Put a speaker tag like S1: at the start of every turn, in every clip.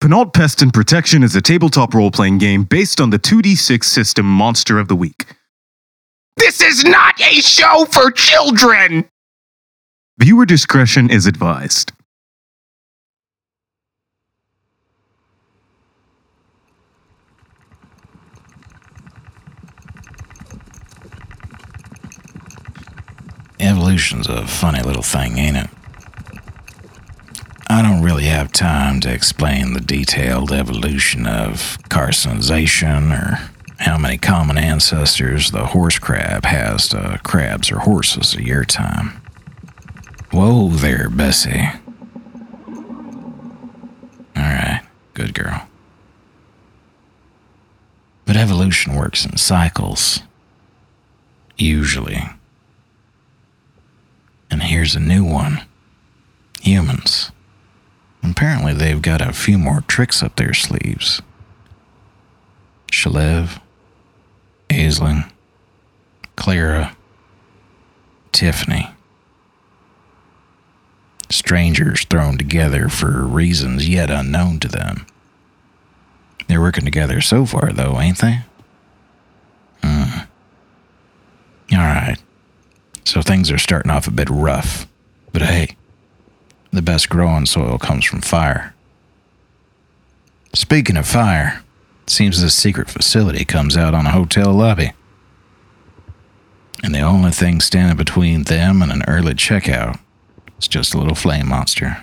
S1: Connaught Pest and Protection is a tabletop role playing game based on the 2d6 system Monster of the Week.
S2: This is not a show for children!
S1: Viewer discretion is advised.
S3: Evolution's a funny little thing, ain't it? I don't really have time to explain the detailed evolution of carcinization or how many common ancestors the horse crab has to crabs or horses of your time. Whoa there, Bessie. Alright, good girl. But evolution works in cycles. Usually. And here's a new one humans. Apparently, they've got a few more tricks up their sleeves. Shalev, Aisling, Clara, Tiffany. Strangers thrown together for reasons yet unknown to them. They're working together so far, though, ain't they? Hmm. All right. So things are starting off a bit rough. But hey, the best growing soil comes from fire. Speaking of fire, it seems this secret facility comes out on a hotel lobby. And the only thing standing between them and an early checkout is just a little flame monster.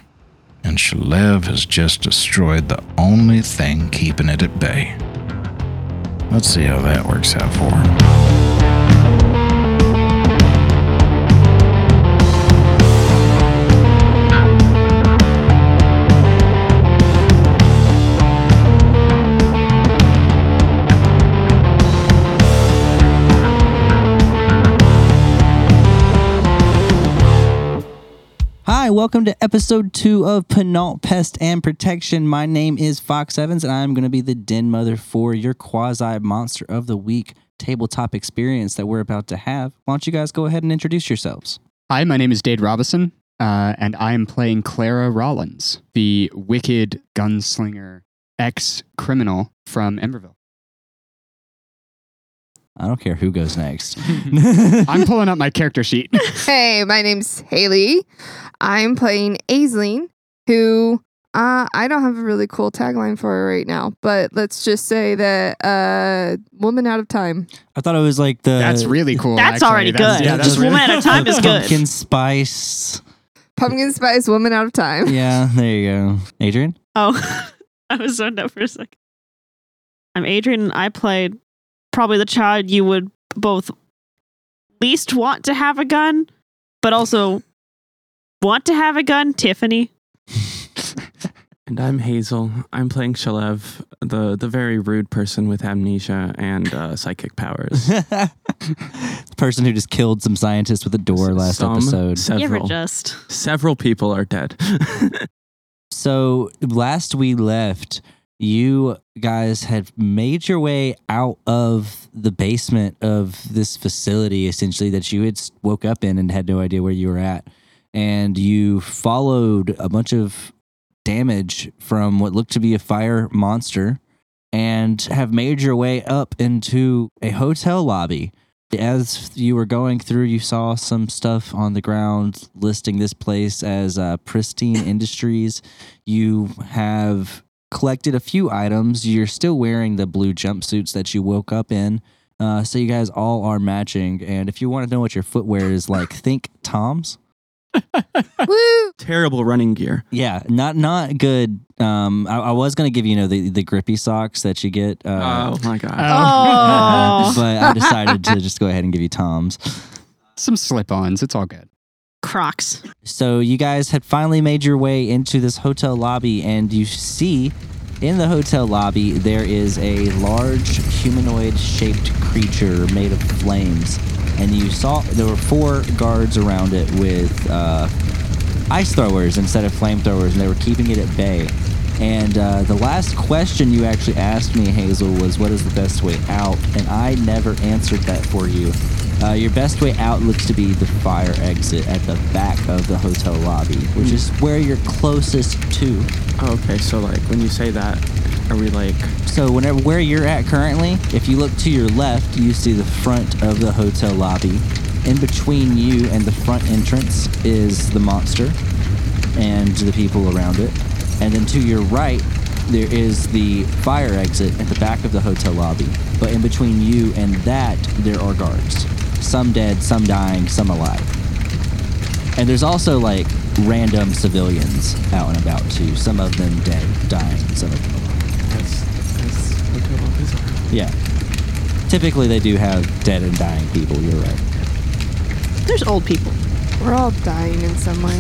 S3: And Shalev has just destroyed the only thing keeping it at bay. Let's see how that works out for him.
S4: Hi, welcome to episode two of Penalt Pest and Protection. My name is Fox Evans, and I'm going to be the den mother for your quasi monster of the week tabletop experience that we're about to have. Why don't you guys go ahead and introduce yourselves?
S5: Hi, my name is Dade Robison, uh, and I am playing Clara Rollins, the wicked gunslinger ex criminal from Emberville.
S4: I don't care who goes next.
S5: I'm pulling up my character sheet.
S6: Hey, my name's Haley. I'm playing Aisling, who uh, I don't have a really cool tagline for her right now, but let's just say that uh, woman out of time.
S4: I thought it was like the
S5: That's really cool.
S7: That's
S5: actually.
S7: already good.
S5: Yeah, that's
S7: Just
S5: really
S7: one at a time is good.
S4: pumpkin spice.
S6: Pumpkin spice, woman out of time.
S4: Yeah, there you go. Adrian?
S7: Oh, I was zoned out for a second. I'm Adrian, and I played probably the child you would both least want to have a gun, but also want to have a gun, Tiffany.
S8: And I'm Hazel. I'm playing Shalev, the the very rude person with amnesia and uh, psychic powers.
S4: the person who just killed some scientists with a door last
S8: Some,
S4: episode.
S7: You
S8: Several,
S7: ever just
S8: several people are dead.
S4: So last we left, you guys had made your way out of the basement of this facility, essentially that you had s- woke up in and had no idea where you were at, and you followed a bunch of damage from what looked to be a fire monster, and have made your way up into a hotel lobby. As you were going through, you saw some stuff on the ground listing this place as uh, Pristine Industries. You have collected a few items. You're still wearing the blue jumpsuits that you woke up in. Uh, so you guys all are matching. And if you want to know what your footwear is like, think Tom's.
S6: Woo!
S8: Terrible running gear.
S4: Yeah, not not good. Um, I, I was gonna give you, you know the, the grippy socks that you get. Uh,
S8: oh my god.
S7: Oh.
S4: but I decided to just go ahead and give you Tom's.
S5: Some slip ons. It's all good.
S7: Crocs.
S4: So you guys had finally made your way into this hotel lobby, and you see in the hotel lobby there is a large humanoid-shaped creature made of flames, and you saw there were four guards around it with uh, ice throwers instead of flamethrowers, and they were keeping it at bay. And uh, the last question you actually asked me, Hazel, was what is the best way out? And I never answered that for you. Uh, your best way out looks to be the fire exit at the back of the hotel lobby, which is where you're closest to.
S8: Oh, okay. So like when you say that, are we like?
S4: So whenever where you're at currently, if you look to your left, you see the front of the hotel lobby. In between you and the front entrance is the monster and the people around it. And then to your right, there is the fire exit at the back of the hotel lobby. But in between you and that, there are guards. Some dead, some dying, some alive. And there's also like random civilians out and about too. Some of them dead, dying, some of them alive.
S8: That's, that's hotel lobbies are.
S4: Yeah. Typically, they do have dead and dying people. You're right.
S7: There's old people.
S6: We're all dying in some way.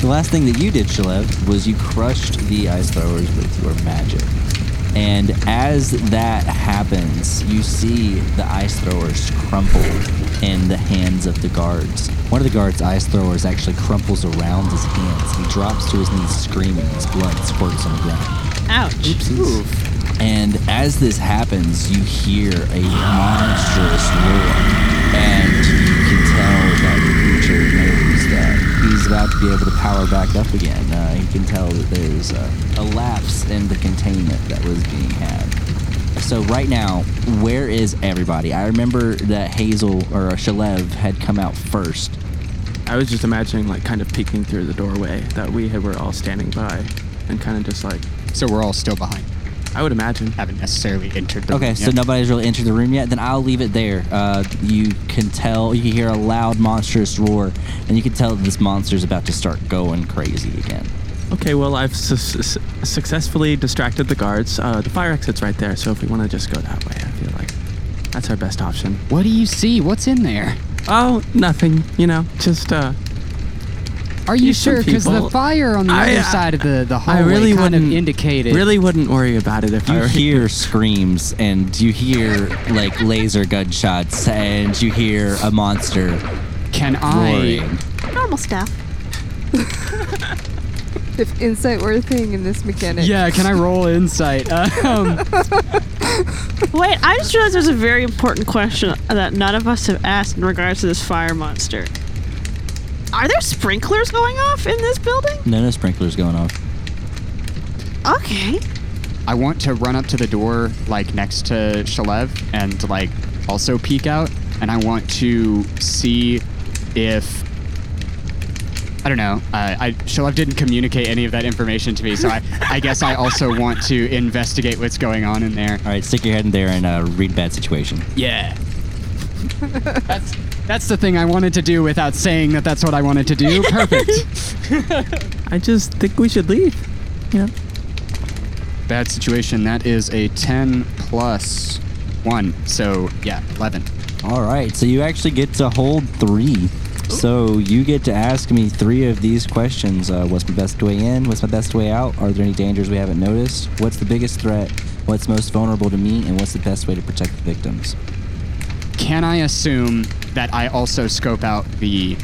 S4: The last thing that you did, Shalev, was you crushed the ice throwers with your magic. And as that happens, you see the ice throwers crumple in the hands of the guards. One of the guards' ice throwers actually crumples around his hands. He drops to his knees screaming. His blood squirts on the ground.
S7: Ouch.
S4: And as this happens, you hear a monstrous roar, and you can tell that the creature knows that he's about to be able to power back up again. Uh, he can tell that there's a, a lapse in the containment that was being had. So right now, where is everybody? I remember that Hazel or Shalev had come out first.
S8: I was just imagining like kind of peeking through the doorway that we had, were all standing by, and kind of just like
S5: So we're all still behind.
S8: I would imagine.
S5: Haven't necessarily entered the
S4: Okay,
S5: room
S4: so
S5: yet.
S4: nobody's really entered the room yet. Then I'll leave it there. Uh, you can tell, you can hear a loud, monstrous roar, and you can tell that this monster's about to start going crazy again.
S8: Okay, well I've su- su- successfully distracted the guards. Uh, the fire exit's right there, so if we want to just go that way, I feel like that's our best option.
S5: What do you see? What's in there?
S8: Oh, nothing. You know, just uh,
S5: Are you
S8: These some
S5: sure? Because the
S8: people-
S5: fire on the
S8: I-
S5: other
S8: I-
S5: side of the, the hallway
S8: I really
S5: Oh, kind
S8: wouldn't
S5: of indicated.
S8: Really wouldn't worry about it if I
S4: You
S8: were
S4: hear screams, and you hear like laser gunshots, and you hear a monster
S5: Can I?
S4: roaring.
S7: Normal stuff.
S6: if insight were a thing in this mechanic.
S5: Yeah, can I roll insight? Um,
S7: Wait, I just realized there's a very important question that none of us have asked in regards to this fire monster. Are there sprinklers going off in this building?
S4: No, no sprinklers going off.
S7: Okay.
S5: I want to run up to the door, like next to Shalev, and like also peek out, and I want to see if. I don't know. Uh, I Shalev didn't communicate any of that information to me, so I, I guess I also want to investigate what's going on in there.
S4: All right, stick your head in there and uh, read bad situation.
S5: Yeah. that's that's the thing I wanted to do without saying that that's what I wanted to do. Perfect.
S8: I just think we should leave.
S5: Bad situation. That is a 10 plus 1. So, yeah, 11.
S4: All right, so you actually get to hold three. So you get to ask me three of these questions: uh, What's my best way in? What's my best way out? Are there any dangers we haven't noticed? What's the biggest threat? What's most vulnerable to me? And what's the best way to protect the victims?
S5: Can I assume that I also scope out the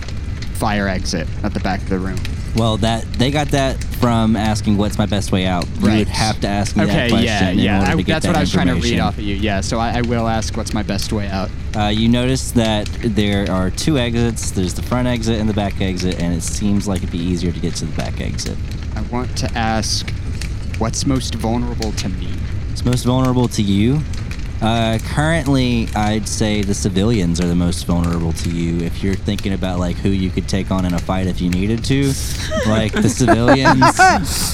S5: fire exit at the back of the room?
S4: Well, that they got that from asking what's my best way out. You
S5: Right.
S4: would have to ask me that
S5: okay,
S4: question
S5: yeah,
S4: in
S5: yeah.
S4: order to
S5: I,
S4: get
S5: that's
S4: that
S5: what I was trying to read
S4: information.
S5: off of you. Yeah, so I, I will ask what's my best way out.
S4: Uh, you notice that there are two exits. There's the front exit and the back exit, and it seems like it'd be easier to get to the back exit.
S5: I want to ask what's most vulnerable to me?
S4: It's most vulnerable to you. Uh, currently, I'd say the civilians are the most vulnerable to you. If you're thinking about like who you could take on in a fight if you needed to, like the civilians,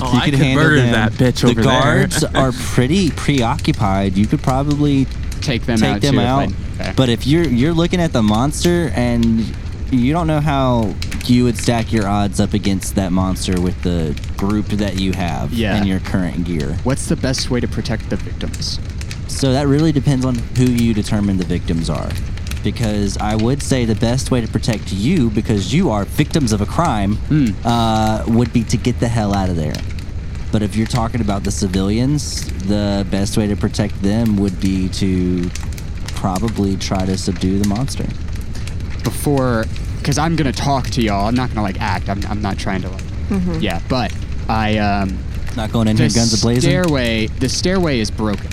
S8: Oh, I could murder that bitch
S4: the
S8: over there.
S4: guards are pretty preoccupied. You could probably
S5: Take them
S4: take
S5: out
S4: them
S5: too. if I-
S4: out.
S5: okay.
S4: But if you're you're looking at the monster and you don't know how you would stack your odds up against that monster with the group that you have
S5: Yeah.
S4: and your current gear.
S5: what's the best way to protect the victims?
S4: So that really depends on who you determine the victims are. Because I would say the best way to protect you, because you are victims of a crime,
S5: Hmm.
S4: uh, would be to get the hell out of there. But if you're talking about the civilians, the best way to protect them would be to probably try to subdue the monster.
S5: before because i'm gonna talk to y'all i'm not gonna like act i'm, I'm not trying to like yeah but i um
S4: Not going in
S5: the
S4: here guns ablazing.
S5: stairway the stairway is broken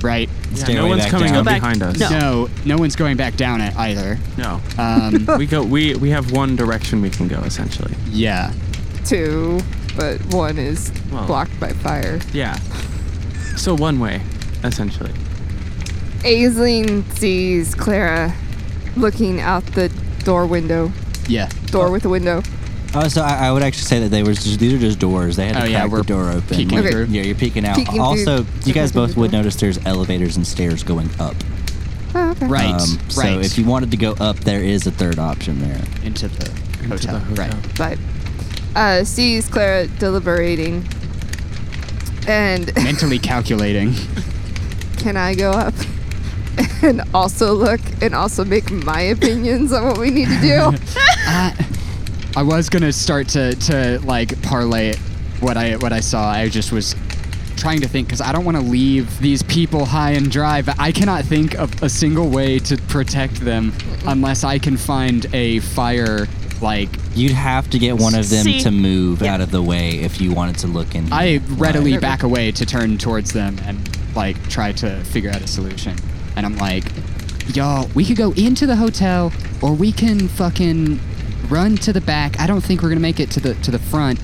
S5: right?
S8: Yeah,
S4: Stairway
S8: no one's
S4: back
S8: coming
S4: down.
S8: up
S7: Go back.
S8: behind us.
S7: No.
S5: No, no one's going back down it either.
S8: No.
S5: Um,
S8: we go. We we have one direction we can go essentially.
S5: yeah.
S6: Two, but one is
S8: Well-
S6: blocked by fire.
S8: Yeah. So one way, essentially.
S6: Aisling sees Clara looking out the door window.
S5: Yeah.
S6: Door with a window.
S4: Oh, so I, I would actually say that they were just, these are just doors. They had to
S5: Oh,
S4: crack
S5: yeah,
S4: the
S5: we're
S4: door open.
S5: peeking
S6: Okay. through.
S4: Yeah, you're peeking out.
S6: Peeking through-
S4: also, you guys
S6: through the
S4: both would
S6: door.
S4: notice there's elevators and stairs going up.
S6: Oh, okay.
S5: Right.
S4: Um, so
S5: right.
S4: if you wanted to go up, there is a third option there.
S5: into the
S8: Into
S5: hotel.
S8: the hotel.
S5: Right.
S6: But uh, sees Clara deliberating. And
S5: Mentally calculating.
S6: can I go up and also look and also make my opinions on what we need to do?
S5: I was gonna start to to like parlay what I what I saw. I just was trying to think because I don't want to leave these people high and dry. But I cannot think of a single way to protect them unless I can find a fire. Like
S4: You'd have to get one of them
S7: See?
S4: to move
S7: Yeah.
S4: out of the way if you wanted to look in.
S5: I readily
S6: Right.
S5: back away to turn towards them and like try to figure out a solution. And I'm like, y'all, we could go into the hotel or we can fucking run to the back. I don't think we're gonna make it to the to the front.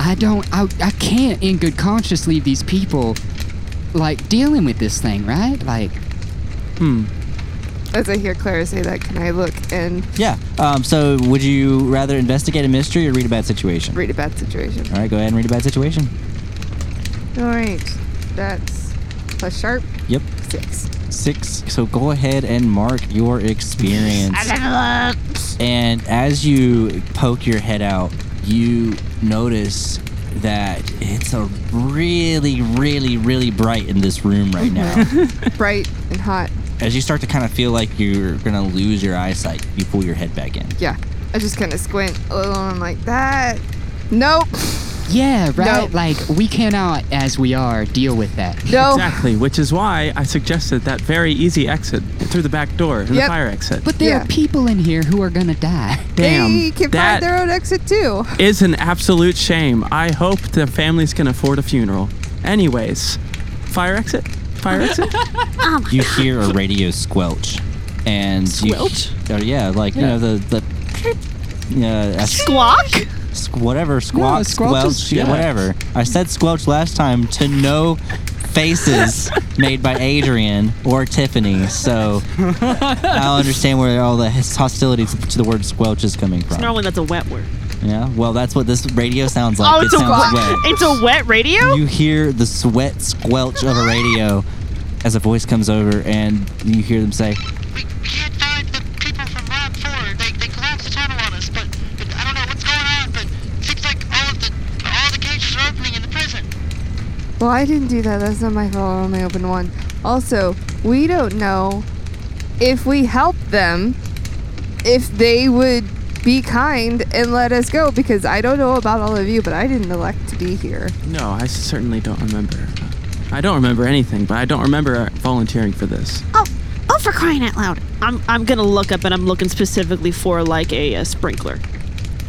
S5: I don't I, I can't in good conscience leave these people like dealing with this thing, right? Like
S8: Hmm.
S6: As I hear Clara say that, can I look and
S4: Yeah. Um, so would you rather investigate a mystery or read a bad situation?
S6: read a bad situation?
S4: All right, go ahead and read a bad situation.
S6: All right. That's plus sharp
S4: Yep.
S6: six.
S4: Six. So go ahead and mark your experience. and as you poke your head out, you notice that it's a really, really, really bright in this room right now.
S6: Bright and hot.
S4: as you start to kind of feel like you're gonna lose your eyesight, you pull your head back in.
S6: Yeah. I just kind of squint a little and I'm like, that. Nope.
S5: Yeah, right.
S6: No.
S5: Like we cannot as we are deal with that.
S6: No.
S8: Exactly. Which is why I suggested that very easy exit through the back door and
S6: Yep.
S8: the fire exit.
S5: But there
S6: Yeah.
S5: are people in here who are gonna die.
S6: They can
S8: that-
S6: find their own exit too.
S8: is an absolute shame. I hope the families can afford a funeral. Anyways, fire exit. Fire exit.
S4: You hear a radio squelch, and you-
S7: Squelch?
S4: oh, yeah, like you know the the uh,
S7: Squawk?
S4: squ- whatever squawk,
S5: No,
S4: squelch,
S5: squelch is-
S4: yeah,
S8: yeah.
S4: whatever. I said squelch last time to no faces made by Adrian or Tiffany, so I'll understand where all the hostility to to the word squelch is coming from.
S7: Normally that's a wet word.
S4: yeah, well, that's what this radio sounds like.
S7: oh,
S4: it
S7: it's a
S4: sounds
S7: wet.
S4: wet.
S7: It's a wet radio.
S4: You hear the sweat squelch of a radio as a voice comes over and you hear them say,
S9: We can't find the people from Lab 4. They, they collapsed the tunnel on us, but, but I don't know what's going on, but it seems like all of the all the cages are opening in the prison.
S6: Well, I didn't do that. That's not my fault. I only opened one. Also, we don't know if we help them, if they would be kind and let us go because I don't know about all of you, but I didn't elect to be here.
S8: no, I certainly don't remember. I don't remember anything, but I don't remember volunteering for this.
S7: Oh, oh, for crying out loud! I'm I'm gonna look up and I'm looking specifically for like a, uh sprinkler.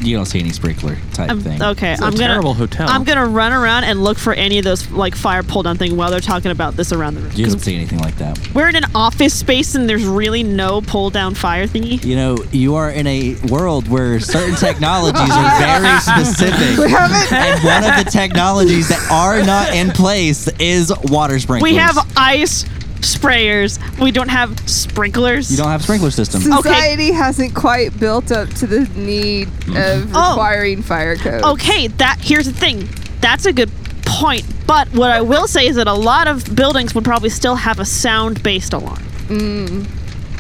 S4: You don't see any sprinkler type
S7: I'm,
S4: thing.
S7: Um, okay,
S8: It's a
S7: I'm gonna
S8: terrible hotel.
S7: I'm gonna run around and look for any of those like fire pull down thing while they're talking about this around the room.
S4: You
S7: 'Cause
S4: don't see anything like that.
S7: We're in an office space and there's really no pull down fire thingy.
S4: You know, you are in a world where certain technologies are very
S6: We
S4: specific.
S6: haven't.
S4: And one of the technologies that are not in place is water sprinklers.
S7: We have ice sprayers. We don't have sprinklers.
S4: You don't have sprinkler system.
S6: Society hasn't quite built up to the need of
S7: Oh.
S6: requiring fire codes.
S7: okay, that here's the thing. That's a good point. But what I will say is that a lot of buildings would probably still have a sound based alarm. Mm.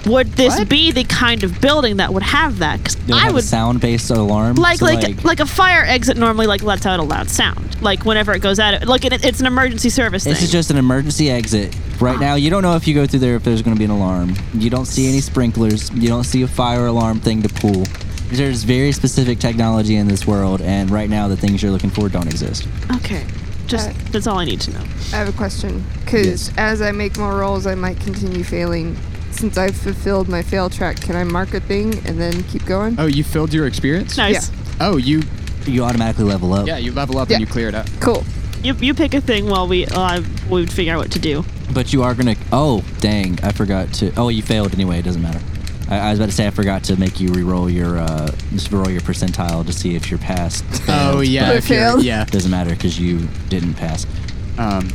S7: Would this
S5: What?
S7: be the kind of building that would have that? Because
S4: They
S7: I
S4: have a
S7: would
S4: sound-based alarm.
S7: like
S4: so,
S7: like like, a fire exit normally like lets out a loud sound. Like whenever it goes out, it, like it, it's an emergency service
S4: This
S7: thing.
S4: is just an emergency exit. Right now, you don't know if you go through there if there's going to be an alarm. You don't see any sprinklers. You don't see a fire alarm thing to pull. There's very specific technology in this world, and right now, the things you're looking for don't exist.
S7: okay. Just
S6: Uh,
S7: that's all I need to know.
S6: I have a question. Because
S4: Yes.
S6: as I make more rolls, I might continue failing. Since I've fulfilled my fail track, can I mark a thing and then keep going?
S5: Oh, you filled your experience?
S7: Nice.
S5: Oh, you
S4: You automatically level up.
S5: yeah, you level up
S6: Yeah.
S5: and you clear it up.
S6: Cool.
S7: You, you pick a thing while we uh, we would figure out what to do.
S4: But you are gonna. Oh, dang! I forgot to. Oh, you failed anyway. It doesn't matter. I, I was about to say I forgot to make you re-roll your uh, just roll your percentile to see if you're passed.
S5: Oh yeah,
S6: But
S5: if you're-
S6: failed.
S5: yeah.
S4: It doesn't matter because you didn't pass.
S5: Um,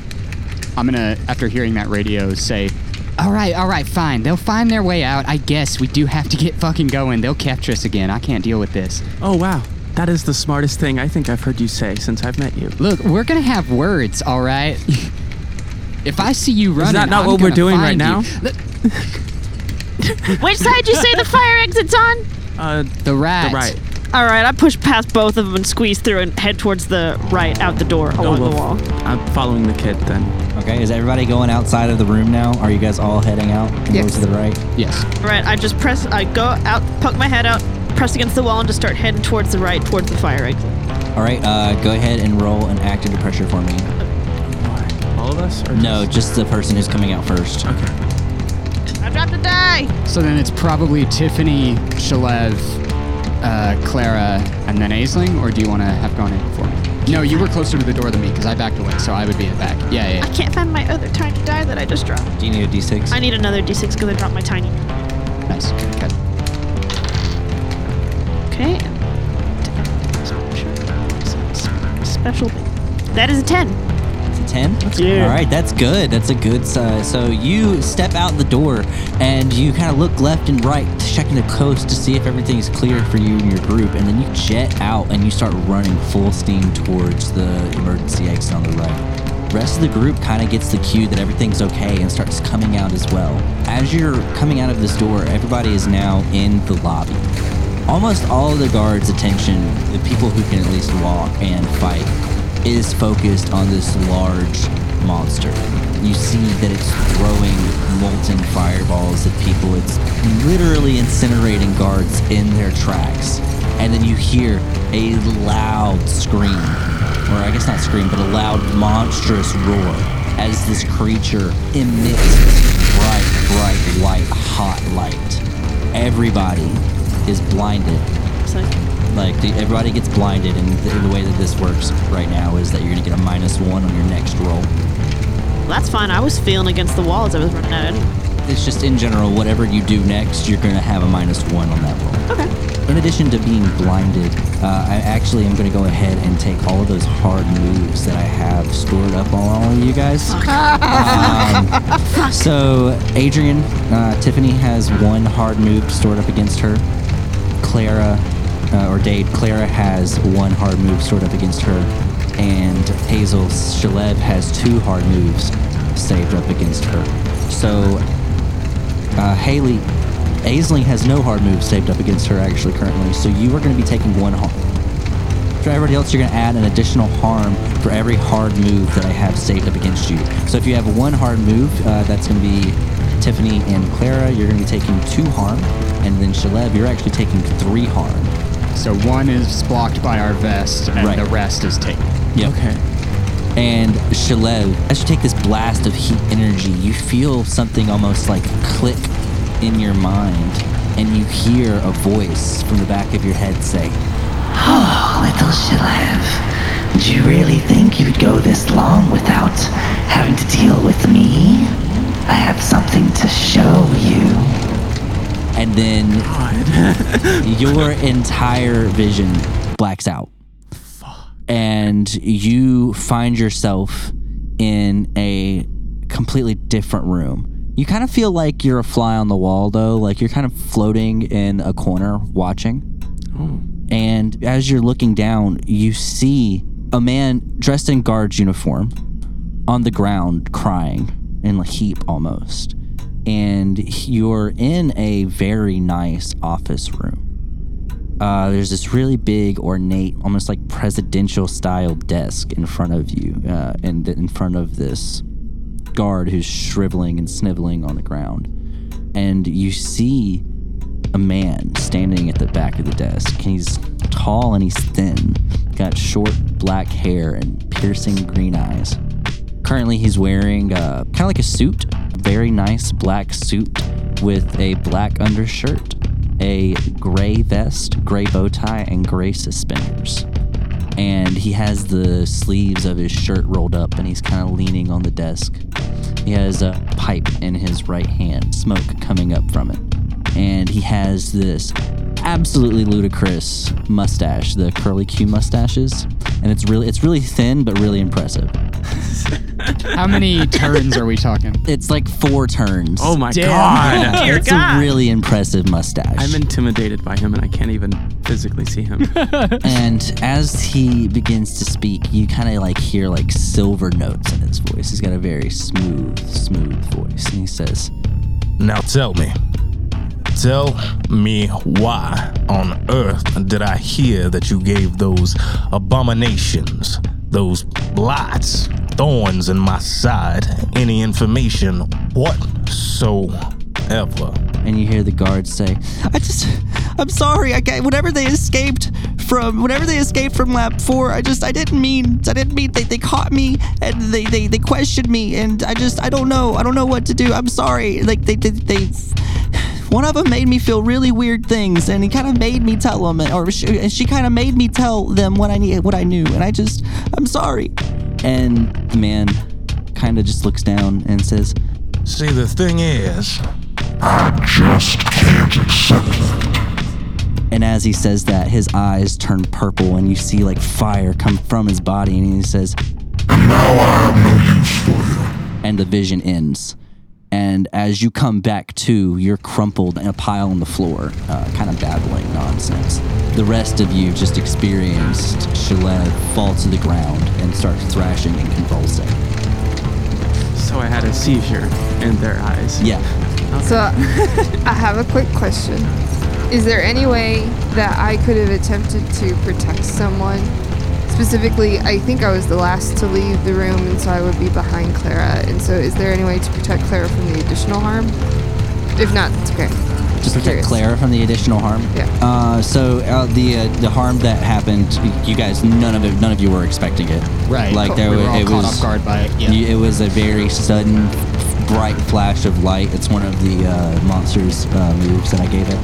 S5: I'm gonna after hearing that radio say, "All right, all right, fine. They'll find their way out. I guess we do have to get fucking going. They'll capture us again. I can't deal with this.
S8: Oh, wow. That is the smartest thing I think I've heard you say since I've met you.
S5: Look, we're gonna have words, all right. if I see you running,
S8: that not
S5: I'm
S8: what we're
S5: gonna
S8: doing
S5: find
S8: right
S5: you. The,
S7: Which side you say the fire exit's on?
S8: Uh,
S5: the rat.
S8: the right.
S7: All right, I push past both of them and squeeze through and head towards the right out the door
S8: Oh,
S7: along the wall.
S8: well, I'm following the kid then.
S4: Okay, is everybody going outside of the room now? Are you guys all heading out and
S6: Yes.
S4: go to the right?
S5: Yes.
S7: All right, I just press. I go out, poke my head out, press against the wall, and just start heading towards the right, towards the fire exit.
S4: All right, uh, go ahead and roll an act under pressure for me.
S8: All of us? Or
S4: No, just the person who's coming out first.
S8: Okay.
S7: I dropped a die.
S5: So then it's probably Tiffany, Shalev, uh, Clara, and then Aisling, or do you want to have gone in before me? No, you were closer to the door than me because I backed away, so I would be at the back. Yeah, yeah.
S7: I can't find my other tiny die that I just dropped.
S4: Do you need a d6?
S7: I need another d6 because I dropped my tiny.
S5: yeah. Nice. Okay.
S7: Okay. Special. That is a 10.
S4: It's a 10?
S7: Yeah.
S4: All right, that's good. That's a good size. So you step out the door and you kind of look left and right, checking the coast to see if everything's clear for you and your group. And then you jet out and you start running full steam towards the emergency exit on the right. Rest of the group kind of gets the cue that everything's okay and starts coming out as well. As you're coming out of this door, everybody is now in the lobby almost all of the guards' attention, the people who can at least walk and fight, is focused on this large monster. You see that it's throwing molten fireballs at people. It's literally incinerating guards in their tracks. And then you hear a loud scream or I guess not scream, but a loud, monstrous roar as this creature emits bright, bright, white, hot light. Everybody is blinded.
S7: It's like,
S4: Like, the, everybody gets blinded, and the, the way that this works right now is that you're gonna get a minus one on your next roll.
S7: well, that's fine. I was feeling against the wall as I was running out. anyway.
S4: It's just in general, whatever you do next, you're gonna have a minus one on that roll.
S7: Okay.
S4: In addition to being blinded, uh, I actually am going to go ahead and take all of those hard moves that I have stored up on all of you guys. Um, so, Adrian, uh, Tiffany has one hard move stored up against her. Clara, uh, or Dade, Clara has one hard move stored up against her. And Hazel Shalev has two hard moves saved up against her. So, uh, Haley, Aisling has no hard moves saved up against her actually currently, so you are going to be taking one harm. For everybody else, you're going to add an additional harm for every hard move that I have saved up against you. So if you have one hard move, uh, that's going to be Tiffany and Clara. You're going to be taking two harm, and then Shaleb, you're actually taking three harm.
S5: So one is blocked by our vest, and
S4: Right.
S5: the rest is taken.
S4: Yep.
S8: Okay.
S4: and Shalev, as you take this blast of heat energy, you feel something almost like click in your mind, and you hear a voice from the back of your head say,
S10: Oh, Little Shalev, did you really think you'd go this long without having to deal with me? I have something to show you.
S4: and then your entire vision blacks out. And you find yourself in a completely different room. You kind of feel like you're a fly on the wall, though. Like you're kind of floating in a corner watching. And as you're looking down, you see a man dressed in guard's uniform on the ground crying in a heap almost. And you're in a very nice office room. Uh, there's this really big, ornate, almost like presidential style desk in front of you, uh, and th- in front of this guard who's shriveling and sniveling on the ground. And you see a man standing at the back of the desk. And he's tall and he's thin, got short black hair and piercing green eyes. Currently, he's wearing uh, kind of like a suit, a very nice black suit with a black undershirt, a gray vest, gray bow tie, and gray suspenders. and he has the sleeves of his shirt rolled up, and he's kind of leaning on the desk. He has a pipe in his right hand, smoke coming up from it, and he has this absolutely ludicrous mustache, the curly Q mustaches, and it's really it's really thin but really impressive.
S5: How many turns are we talking?
S4: It's like four turns.
S8: Oh my god!
S7: Dear
S4: it's
S7: God.
S4: a really impressive mustache.
S8: I'm intimidated by him and I can't even physically see him.
S4: And as he begins to speak, you kind of like hear like silver notes in his voice. He's got a very smooth, smooth voice. And he says,
S11: Now tell me. Tell me why on earth did I hear that you gave those abominations, those blots, thorns in my side, any information whatsoever?
S4: and you hear the guards say, I just, I'm sorry. I can't, whenever they escaped from, whenever they escaped from lab four, I just, I didn't mean, I didn't mean, they, they caught me and they, they, they questioned me. And I just, I don't know. I don't know what to do. I'm sorry. Like they, they, they one of them made me feel really weird things and he kind of made me tell them or she, and she kind of made me tell them what I need, what I knew. And I just, I'm sorry. And the man kind of just looks down and says,
S11: See, the thing is,
S4: And as he says that, his eyes turn purple and you see like fire come from his body and he says, And the vision ends. And as you come back to, you're crumpled in a pile on the floor, uh, kind of babbling nonsense. The rest of you just experienced Shalev fall to the ground and start thrashing and convulsing.
S8: so I had a seizure in their eyes.
S4: Yeah.
S6: So I have a quick question. Is there any way that I could have attempted to protect someone? Specifically, I think I was the last to leave the room, and so I would be behind Clara. And so, is there any way to protect Clara from the additional harm? If not, it's okay.
S4: Just protect
S6: Curious.
S4: Clara from the additional harm.
S6: Yeah.
S4: Uh, so uh, the uh, the harm that happened, you guys, none of it, none of you were expecting it.
S5: Right.
S4: Like there
S5: Oh, we
S4: wa-
S5: were all
S4: it was
S5: caught off guard by it. Yeah.
S4: you- it was a very sudden, bright flash of light. It's one of the uh, monsters' uh, moves that I gave it.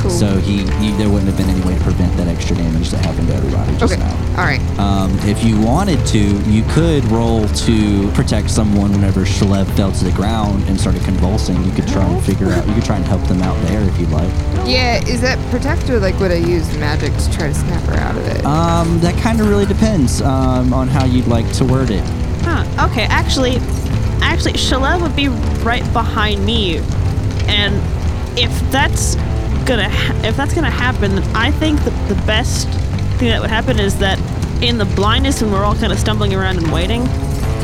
S6: Cool.
S4: So he, he, there wouldn't have been any way to prevent that extra damage that happened to everybody just
S6: Okay.
S4: now.
S6: All right.
S4: Um, if you wanted to, you could roll to protect someone whenever Shalev fell to the ground and started convulsing. You could try and figure out, you could try and help them out there if you'd like.
S6: Yeah, is that protect or like would I use magic to try to snap her out of it?
S4: Um, that kind of really depends um, on how you'd like to word it.
S7: Huh. Okay, actually, actually, Shalev would be right behind me, and if that's gonna ha- if that's gonna happen, then I think that the best thing that would happen is that in the blindness when we're all kind of stumbling around and waiting,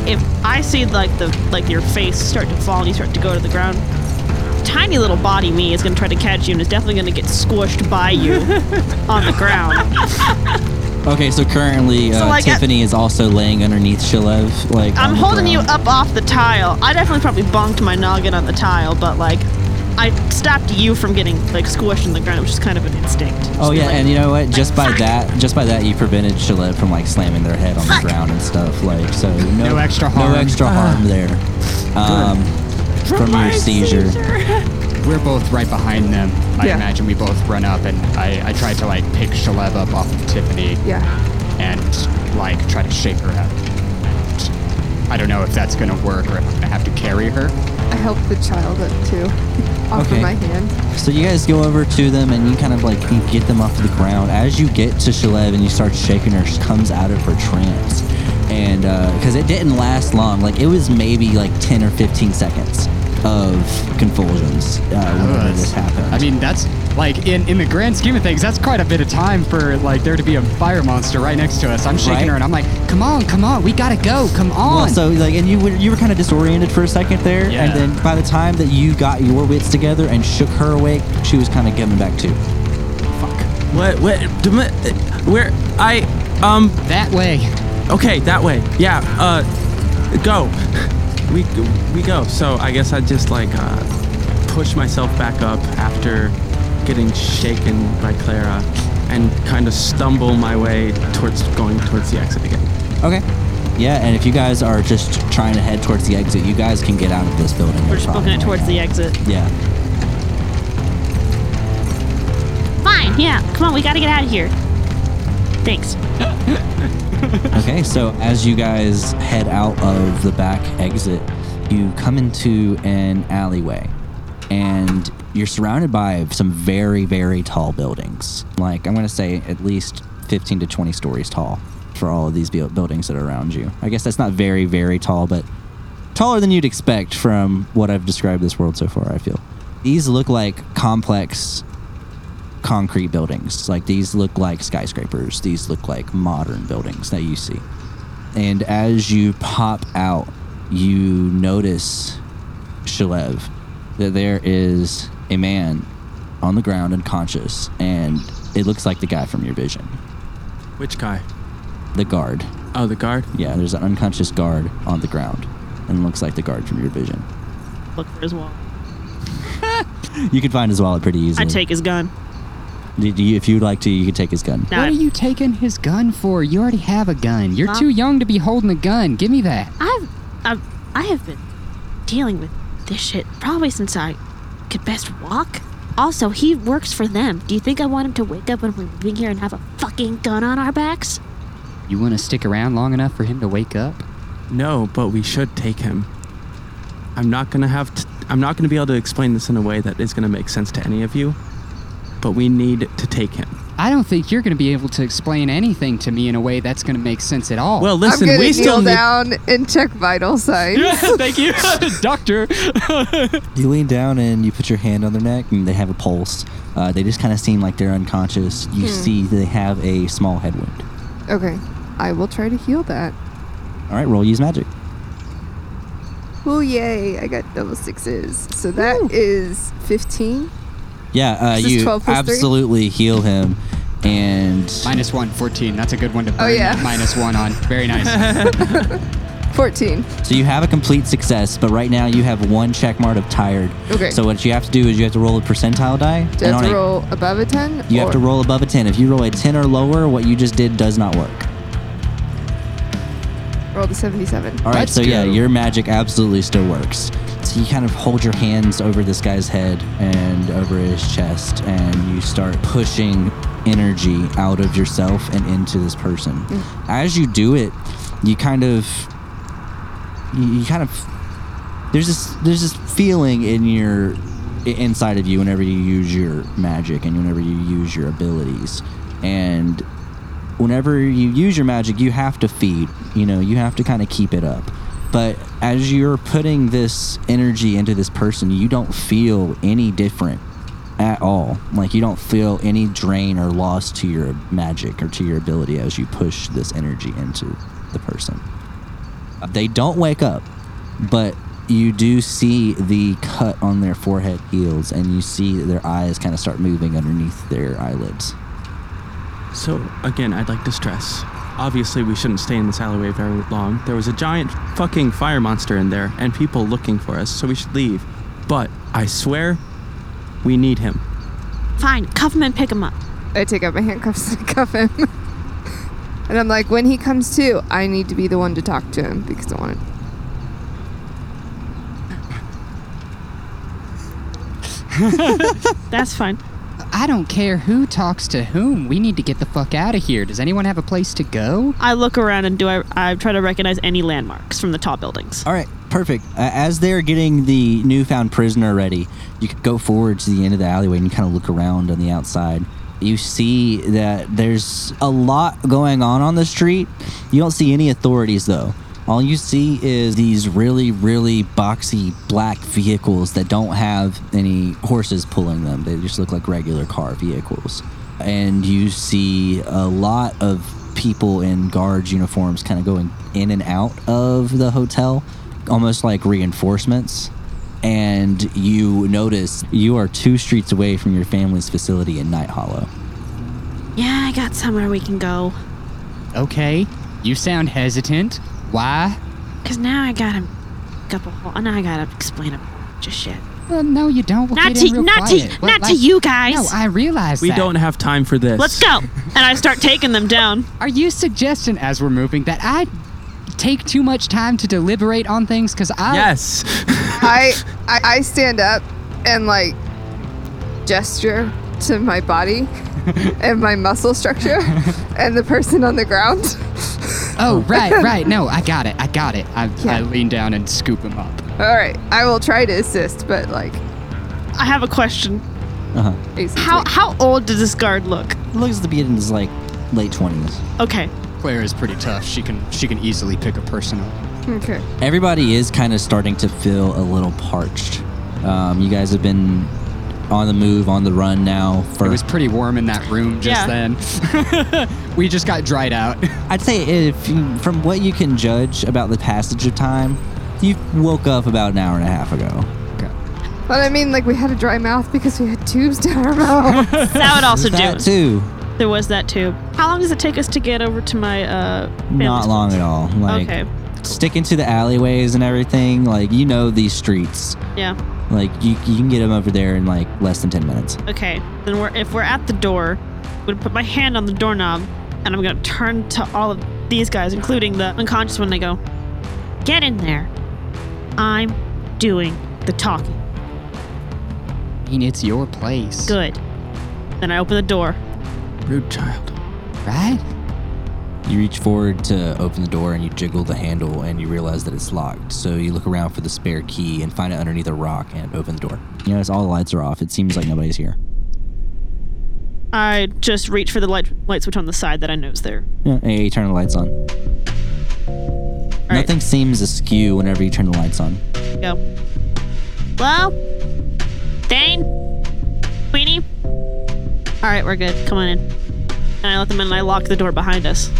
S7: if I see like the like your face start to fall and you start to go to the ground. Tiny little body me is gonna try to catch you and is definitely gonna get squished by you on the ground.
S4: Okay, so currently uh,
S7: So, like, I-
S4: Tiffany is also laying underneath Shilev. Like on
S7: I'm
S4: the
S7: holding you
S4: ground.
S7: up off the tile. I definitely probably bonked my noggin on the tile, but like, I stopped you from getting like squished in the ground, which is kind of an instinct.
S4: Oh
S7: Just
S4: yeah,
S7: like,
S4: and you know what? Just by that, just by that, you prevented Shilev from like slamming their head on the ground and stuff. Like so, no,
S5: No extra harm.
S4: no extra
S7: Uh-huh.
S4: harm there um, from your seizure.
S5: We're both right behind them. I
S6: Yeah.
S5: imagine we both run up, and I, I tried to like pick Shalev up off of Tiffany
S6: yeah.
S5: and like try to shake her up. And I don't know if that's gonna work or if I'm gonna have to carry her.
S6: I helped the child up too. Off
S4: Okay.
S6: of my hand.
S4: So you guys go over to them and you kind of like you get them off the ground. As you get to Shalev and you start shaking her, she comes out of her trance, and because it didn't last long, like it was maybe like ten or fifteen seconds of convulsions uh, whenever
S5: Ugh.
S4: this happened.
S5: I mean, that's like in in the grand scheme of things, that's quite a bit of time for like there to be a fire monster right next to us. I'm shaking
S4: Right.
S5: her, and I'm like, "Come on, come on, we gotta go, come on."
S4: Well, so like, and you were you were kind of disoriented for a second there,
S5: Yeah.
S4: and then by the time that you got your wits together and shook her awake, she was kind of coming back too.
S8: What? What? dum- uh, Where? I. Um.
S5: that way.
S8: Okay, that way. Yeah. Uh. Go. We we go. So I guess I just like uh, push myself back up after getting shaken by Clara, and kind of stumble my way towards going towards the exit again.
S4: Okay. Yeah, and if you guys are just trying to head towards the exit, you guys can get out of this building. no
S7: We're just
S4: problem
S7: booking it
S4: right
S7: towards
S4: now.
S7: the exit.
S4: Yeah.
S7: Fine. Yeah. Come on, we gotta get out of here. Thanks.
S4: Okay, so as you guys head out of the back exit, you come into an alleyway and you're surrounded by some very, very tall buildings. Like, I'm going to say at least 15 to 20 stories tall for all of these buil- buildings that are around you. I guess that's not very, very tall, but taller than you'd expect from what I've described this world so far, I feel. These look like complex concrete buildings. Like these look like skyscrapers. These look like modern buildings that you see. And as you pop out, you notice Shalev that there is a man on the ground unconscious, and it looks like the guy from your vision,
S8: Which guy?
S4: the guard.
S8: Oh, the guard?
S4: Yeah, there's an unconscious guard on the ground, and it looks like the guard from your vision.
S7: Look for his wallet.
S4: You could find his wallet pretty easily.
S7: I'd take his gun.
S4: Did you- if you'd like to, you could take his gun.
S7: No,
S5: What are
S7: I-
S5: you taking his gun for? You already have a gun. You're
S7: Huh?
S5: too young to be holding a gun. Give me that.
S7: I've, I've, I have been dealing with this shit probably since I could best walk. Also, he works for them. Do you think I want him to wake up when we're leaving here and have a fucking gun on our backs?
S5: You want to stick around long enough for him to wake up?
S8: No, but we should take him. I'm not gonna have to, I'm not gonna be able to explain this in a way that is gonna make sense to any of you. But we need to take him.
S5: I don't think you're going to be able to explain anything to me in a way that's going to make sense at all.
S8: Well, listen,
S6: I'm gonna
S8: we
S6: kneel
S8: still need.
S6: down and check vital signs.
S5: thank you, doctor.
S4: You lean down and you put your hand on their neck, and they have a pulse. Uh, they just kind of seem like they're unconscious. You
S6: Hmm.
S4: see they have a small head wound.
S6: Okay, I will try to heal that.
S4: All right, roll use magic.
S6: Oh yay! I got double sixes, so that is fifteen.
S4: Yeah, uh,
S6: Is this
S4: you
S6: 12 plus three?
S4: absolutely heal him, and
S5: minus one, 14. That's a good one to burn
S6: Oh, yeah.
S5: that minus one on. Very nice.
S6: Fourteen.
S4: so you have a complete success. But right now you have one check mark of tired.
S6: Okay.
S4: So what you have to do is you have to roll a percentile die.
S6: Do I have
S4: on
S6: to
S4: a-
S6: roll above a ten?
S4: You have to roll above a ten. If you roll a ten or lower, what you just did does not work.
S6: roll the seventy-seven.
S4: All right,
S5: Let's
S4: so yeah,
S5: go.
S4: your magic absolutely still works. So you kind of hold your hands over this guy's head and over his chest, and you start pushing energy out of yourself and into this person.
S5: Mm.
S4: As you do it, you kind of, you, you kind of, there's this there's this feeling in your i- inside of you whenever you use your magic and whenever you use your abilities, and whenever you use your magic, you have to feed. You know, you have to kind of keep it up. But as you're putting this energy into this person, you don't feel any different at all. Like you don't feel any drain or loss to your magic or to your ability as you push this energy into the person. They don't wake up, but you do see the cut on their forehead heals and you see that their eyes kind of start moving underneath their eyelids.
S8: So again, I'd like to stress. Obviously, we shouldn't stay in this alleyway very long. There was a giant fucking fire monster in there, and people looking for us, so we should leave. But I swear, we need him.
S7: Fine, cuff him and pick him up.
S6: I take out my handcuffs and cuff him. and I'm like, when he comes to, I need to be the one to talk to him because I want to.
S7: That's fine.
S5: I don't care who talks to whom. We need to get the fuck out of here. Does anyone have a place to go?
S7: I look around and do I, I try to recognize any landmarks from the tall buildings.
S4: All right, perfect. Uh, as they're getting the newfound prisoner ready, you could go forward to the end of the alleyway and you kind of look around on the outside. You see that there's a lot going on on the street. You don't see any authorities though. All you see is these really, really boxy black vehicles that don't have any horses pulling them. They just look like regular car vehicles. And you see a lot of people in guards uniforms kind of going in and out of the hotel almost like reinforcements and you notice you are two streets away from your family's facility in night hollow
S7: Yeah, I got somewhere we can go.
S5: Okay. You sound hesitant. Why?
S7: Cause now I gotta pick up a whole, and I gotta explain a just shit.
S5: Well, no, you don't. We'll
S7: Not
S5: get in
S7: to-
S5: real
S7: not to-
S5: quiet. Well,
S7: not to you guys.
S5: No, I realize
S8: We
S5: that.
S8: don't have time for this.
S7: Let's go. And I start taking them down.
S5: Are you suggesting, as we're moving, that I take too much time to deliberate on things? Because I
S8: Yes.
S6: I, I I stand up and like gesture to my body and my muscle structure and the person on the ground.
S5: Oh, right, right. No, I got it. I got it. I, I lean down and scoop him up.
S6: All right, I will try to assist, but like,
S7: I have a question.
S4: Uh huh.
S7: How how old does this guard look?
S4: Looks to be in his like late twenties.
S7: Okay.
S5: Claire is pretty tough. She can she can easily pick a person up.
S6: okay.
S4: Everybody is kind of starting to feel a little parched. Um, you guys have been on the move, on the run now
S5: It
S4: for
S5: was pretty warm in that room just
S7: Yeah.
S5: then. we just got dried out.
S4: I'd say if you, from what you can judge about the passage of time, you woke up about an hour and a half ago.
S6: But I mean, like, we had a dry mouth because we had tubes down our mouth.
S7: That would also do.
S4: that
S7: it.
S4: too.
S7: There was that too. How long does it take us to get over to my uh? family's
S4: Not long
S7: place?
S4: at all. Like
S7: Okay.
S4: sticking to the alleyways and everything. Like you know these streets.
S7: Yeah.
S4: Like you, you can get them over there in like less than ten minutes.
S7: Okay. Then we're if we're at the door, I'm gonna put my hand on the doorknob, and I'm gonna turn to all of these guys, including the unconscious one. And I go, get in there. I'm doing the talking.
S5: I mean, it's your place.
S7: Good. Then I open the door.
S8: Rude child.
S5: Right?
S4: You reach forward to open the door and you jiggle the handle and you realize that it's locked. So you look around for the spare key and find it underneath a rock and open the door. You notice all the lights are off. It seems like nobody's here.
S7: I just reach for the light light switch on the side that I know is there.
S4: Yeah, yeah, you turn the lights on.
S7: right.
S4: Nothing seems askew whenever you turn the lights on.
S7: Go. Well, Dane, Queenie. All right, we're good. Come on in. And I let them in and I lock the door behind us.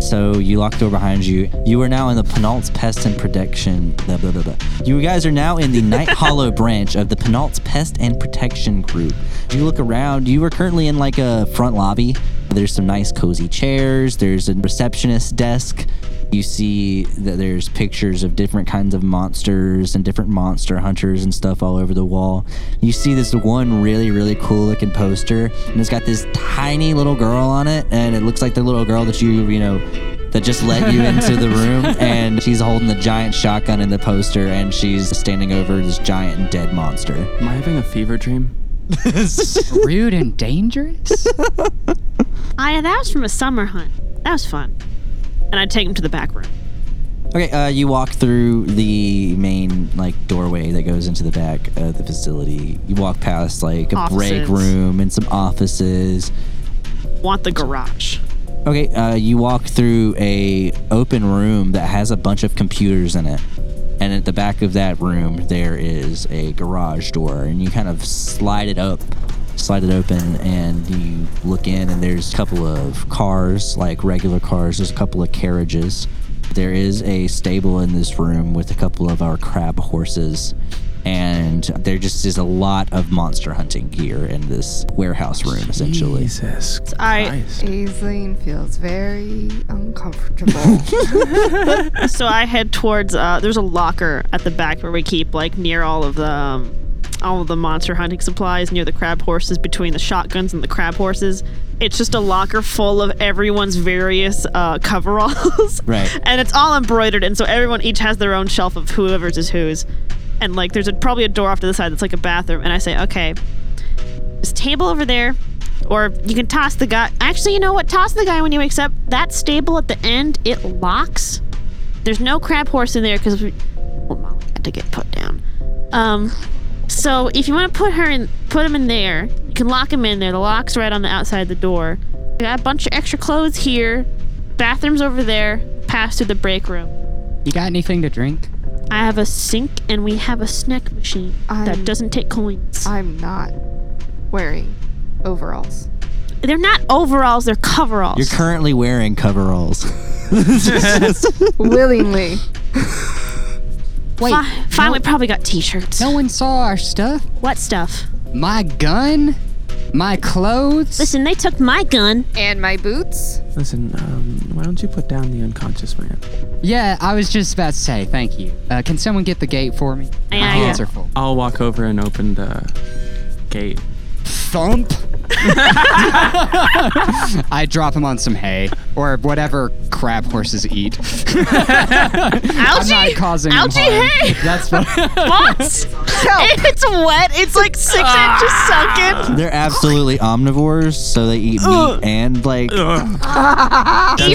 S4: So you lock the door behind you. You are now in the Penalt's Pest and Protection. Blah, blah, blah, blah. You guys are now in the Night Hollow branch of the Penalt's Pest and Protection group. You look around. You are currently in like a front lobby. There's some nice cozy chairs. There's a receptionist desk. You see that there's pictures of different kinds of monsters and different monster hunters and stuff all over the wall. You see this one really, really cool looking poster, and it's got this tiny little girl on it, and it looks like the little girl that you, you know, that just let you into the room and she's holding the giant shotgun in the poster and she's standing over this giant dead monster
S8: Am I having a fever dream?
S5: Rude and dangerous?
S7: I that was from a summer hunt. That was fun. And I take them to the back room.
S4: okay uh, you walk through the main like doorway that goes into the back of the facility you walk past like a break
S7: Offices.
S4: room and some offices
S7: Want the garage.
S4: okay uh, you walk through a open room that has a bunch of computers in it and at the back of that room there is a garage door and you kind of slide it up slide it open and you look in and there's a couple of cars like regular cars there's a couple of carriages there is a stable in this room with a couple of our crab horses and there just is a lot of monster hunting gear in this warehouse room essentially
S8: Jesus
S7: So I
S8: Christ.
S6: Aisling feels very uncomfortable.
S7: so I head towards uh there's a locker at the back where we keep like near all of the um, all of the monster hunting supplies near the crab horses between the shotguns and the crab horses. It's just a locker full of everyone's various uh, coveralls.
S4: Right.
S7: And it's all embroidered and so everyone each has their own shelf of whoever's is whose. And like there's a, probably a door off to the side that's like a bathroom and I say, "Okay, this table over there or you can toss the guy. Actually, you know what? Toss the guy when he wakes up. That stable at the end, it locks. There's no crab horse in there because we. Well, Molly had to get put down. Um, so if you want to put her in, put him in there. You can lock him in there. The lock's right on the outside of the door. We got a bunch of extra clothes here. Bathroom's over there. Pass through the break room.
S5: You got anything to drink?
S7: I have a sink and we have a snack machine that
S6: I'm-
S7: doesn't take coins.
S6: I'm not wearing overalls.
S7: they're not overalls. They're coveralls.
S4: you're currently wearing coveralls
S6: Willingly.
S5: Wait,
S7: Fi- fine. we probably got t-shirts.
S5: no one saw our stuff?
S7: What stuff?
S5: My gun? My clothes?
S7: Listen, they took my gun.
S6: And my boots?
S8: Listen, um, why don't you put down the unconscious man?
S5: Yeah, I was just about to say, thank you. Uh, can someone get the gate for me?
S7: Yeah,
S5: My
S7: Uh, yeah.
S5: hands are full.
S8: I'll walk over and open the gate.
S5: Thump! I drop him on some hay. or whatever crab horses eat.
S7: Algae?
S5: I'm not causing them
S7: Algae
S5: harm.
S7: hay?
S5: That's what.
S7: What? if it's wet, it's like six inches sunken.
S4: They're absolutely omnivores, so they eat meat
S7: Ugh.
S4: and like.
S7: Eat-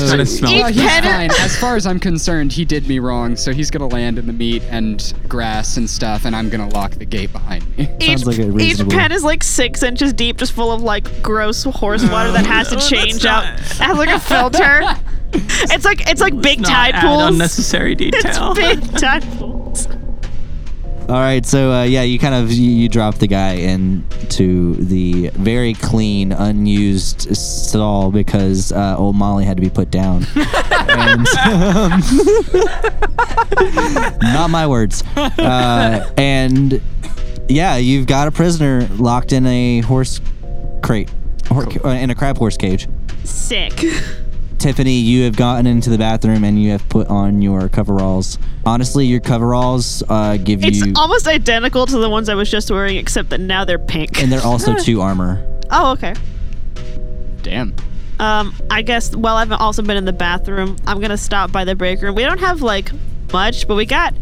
S8: what it
S4: Oh,
S8: smells
S7: eat
S8: like.
S5: he's
S7: pen-
S5: fine. As far as I'm concerned, he did me wrong, so he's gonna land in the meat and grass and stuff, and I'm gonna lock the gate behind me.
S7: Each,
S4: Sounds like a
S7: each
S4: reasonable-
S7: pen is like six inches deep, just full of like gross horse water that has to change out. Has like a filter. it's like it's like big
S8: Not
S7: tide
S8: add
S7: pools.
S8: Unnecessary detail.
S7: It's big tide pools.
S4: All right, so uh, yeah, you kind of you, you drop the guy into the very clean, unused stall because uh, old Molly had to be put down. and, um, not my words. Uh, and yeah, you've got a prisoner locked in a horse crate, or, in a crab horse cage.
S7: Sick.
S4: Tiffany, you have gotten into the bathroom and you have put on your coveralls. Honestly, your coveralls uh, give
S7: It's
S4: you.
S7: almost identical to the ones I was just wearing, except that now they're pink.
S4: and they're also two armor.
S7: oh, okay.
S5: Damn.
S7: Um, I guess. Well, I've also been in the bathroom. I'm gonna stop by the break room. We don't have like much, but we got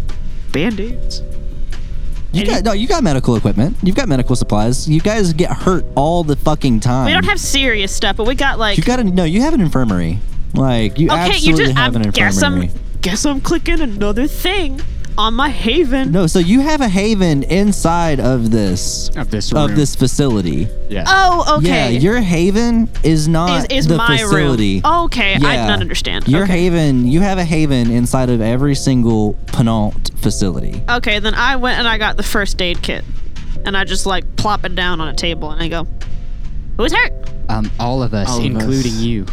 S7: band-aids.
S4: You got no, you got medical equipment. You've got medical supplies. You guys get hurt all the fucking time.
S7: We don't have serious stuff, but we got like.
S4: Um, You got a no. You have an infirmary. Like you
S7: okay,
S4: absolutely
S7: you just.
S4: have
S7: I
S4: an
S7: guess
S4: infirmary.
S7: I'm. Guess I'm clicking another thing on my Haven.
S4: no, so you have a haven inside of this
S5: Of this
S4: of
S5: room.
S4: this facility.
S5: Yeah.
S7: Oh,
S4: Yeah,
S7: okay.
S4: your haven is
S7: is,
S4: not
S7: is
S4: the
S7: my
S4: facility.
S7: room. Okay, I
S4: Yeah.
S7: did not understand.
S4: Your
S7: okay.
S4: haven, you have a haven inside of every single Penalt facility.
S7: Okay, then I went and I got the first aid kit, and I just like plop it down on a table, and I go, "Who's hurt?"
S5: Um, all of us,
S8: All of
S5: including
S8: us.
S5: you.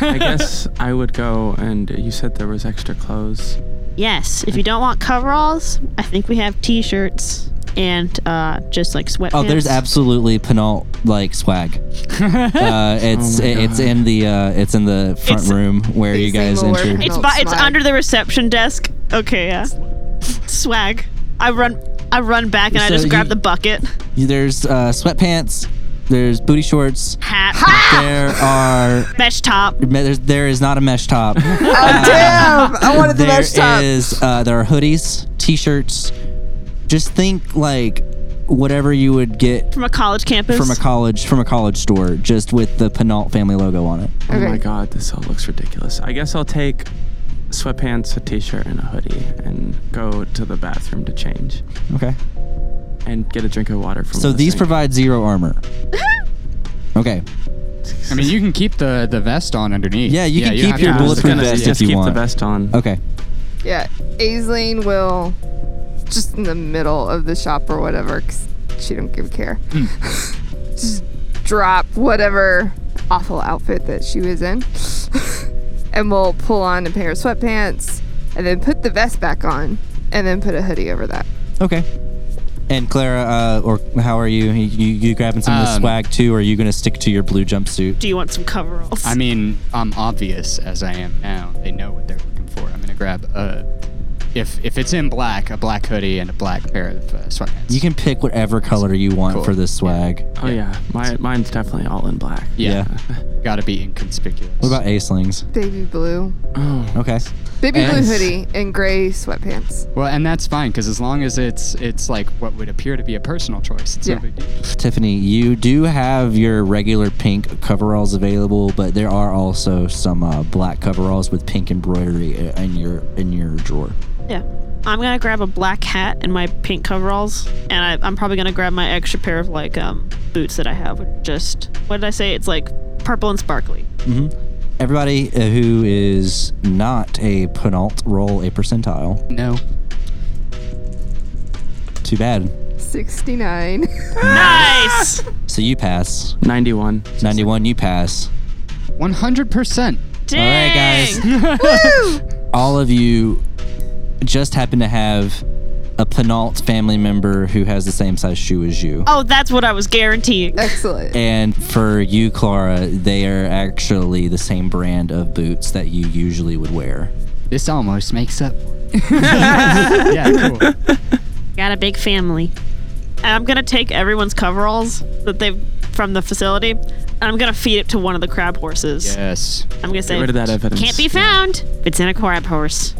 S8: I guess I would go and you said there was extra clothes.
S7: Yes, if you don't want coveralls, I think we have t-shirts and uh, just like sweatpants.
S4: Oh, there's absolutely Penalt like swag. uh, it's
S8: Oh my
S4: it's
S8: God.
S4: in the uh, it's in the front
S7: It's-
S4: room where you
S6: These
S4: guys
S6: things will work.
S4: entered.
S7: It's
S6: Penalt
S7: by, it's
S6: swag.
S7: under the reception desk. Okay, yeah. Swag. I run I run back and I
S4: So
S7: just grab
S4: you-
S7: the bucket.
S4: There's uh, sweatpants. There's booty shorts.
S7: Hat.
S4: There are.
S7: Mesh top.
S4: There's, there is not a mesh top.
S6: Oh,
S4: Uh,
S6: Damn! I wanted the
S4: There
S6: best top.
S4: is, uh, there are hoodies, t-shirts. Just think like whatever you would get
S7: From a college campus.
S4: from a college from a college store, just with the Penalt family logo on it.
S8: Oh my
S6: Okay.
S8: god, this all looks ridiculous. I guess I'll take sweatpants, a t-shirt, and a hoodie, and go to the bathroom to change
S4: Okay.
S8: and get a drink of water from.
S4: So
S8: the
S4: these
S8: sink.
S4: provide zero armor. Okay.
S5: I mean, you can keep the, the vest on underneath.
S4: Yeah, you can
S5: you
S4: keep
S5: have
S4: your
S5: to-
S8: I was
S4: bulletproof
S8: gonna
S4: vest
S8: just
S4: if you
S8: keep
S4: want.
S8: the vest on.
S4: Okay.
S6: Yeah, Aisling will just in the middle of the shop or whatever, 'cause she don't give a care. just drop whatever awful outfit that she was in, and we'll pull on a pair of sweatpants, and then put the vest back on, and then put a hoodie over that.
S4: Okay. And Clara, uh, or how are you? You, you you grabbing some of the
S5: Um,
S4: swag too, or are you gonna stick to your blue jumpsuit?
S7: Do you want some coveralls?
S5: I mean, I'm obvious as I am now. They know what they're looking for. I'm gonna grab a, if if it's in black, a black hoodie and a black pair of uh, sweatpants.
S4: You can pick whatever color you want
S5: Cool.
S4: for this swag.
S8: Oh yeah, my mine's definitely all in black.
S5: yeah,
S4: yeah.
S5: gotta be inconspicuous.
S4: What about Acelings?
S6: Baby blue,
S8: Oh,
S4: Okay.
S6: baby blue
S5: Yes.
S6: hoodie, and gray sweatpants.
S5: Well, and that's fine because as long as it's it's like what would appear to be a personal choice, it's
S6: Yeah.
S5: no big deal.
S4: Tiffany, you do have your regular pink coveralls available, but there are also some uh, black coveralls with pink embroidery i- in your in your drawer.
S7: yeah. I'm gonna grab a black hat and my pink coveralls, and I, I'm probably gonna grab my extra pair of like um boots that I have. which are Just what did I say? It's like purple and sparkly.
S4: Everybody uh, who is not a penult, roll a percentile.
S5: No.
S4: Too bad.
S6: Sixty-nine.
S7: Nice.
S4: So you pass.
S8: 91.
S4: 91, you pass.
S5: 100%.
S7: Dang.
S4: All right, guys. All of you just happen to have a penult family member who has the same size shoe as you.
S7: Oh, that's what I was guaranteeing.
S6: Excellent.
S4: And for you, Clara, they are actually the same brand of boots that you usually would wear.
S5: This almost makes up. yeah, cool.
S7: Got a big family. And I'm gonna take everyone's coveralls that they've from the facility, and I'm gonna feed it to one of the crab horses.
S5: Yes.
S7: I'm gonna say
S8: rid of that evidence.
S7: can't be found. It's in a crab horse.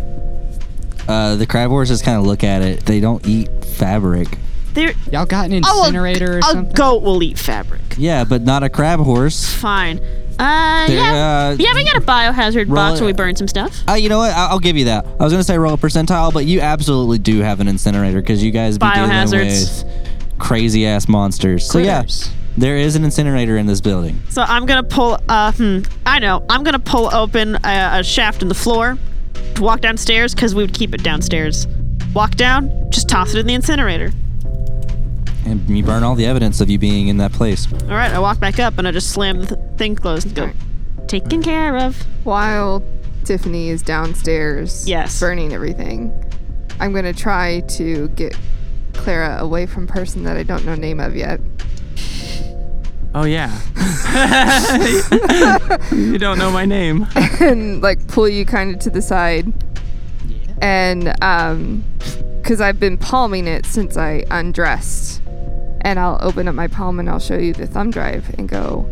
S4: Uh, the crab horses kind of look at it. They don't eat fabric.
S7: There.
S5: Y'all got an
S7: Oh, a-
S5: incinerator or
S7: a,
S5: something?
S7: goat will eat fabric.
S4: Yeah, but not a crab horse.
S7: Fine. Uh,
S4: There,
S7: yeah.
S4: uh,
S7: yeah, we got a biohazard
S4: roll
S7: box
S4: it.
S7: where we burn some stuff.
S4: Uh, you know what? I- I'll give you that. I was gonna say roll a percentile, but you absolutely do have an incinerator because you guys be dealing
S7: Biohazards.
S4: with crazy ass monsters. So yeah,
S5: Critters.
S4: there is an incinerator in this building.
S7: So I'm gonna pull. Uh, hmm, I know. I'm gonna pull open a, a shaft in the floor, walk downstairs because we would keep it downstairs. Walk down, just toss it in the incinerator.
S4: And you burn all the evidence of you being in that place.
S7: All right, I walk back up and I just slam the th- thing closed and go, taken care of.
S6: While Tiffany is downstairs,
S7: Yes.
S6: burning everything, I'm gonna try to get Clara away from person that I don't know name of yet.
S8: Oh yeah. you don't know my name.
S6: and like pull you kind of to the side. And um cuz I've been palming it since I undressed. And I'll open up my palm and I'll show you the thumb drive and go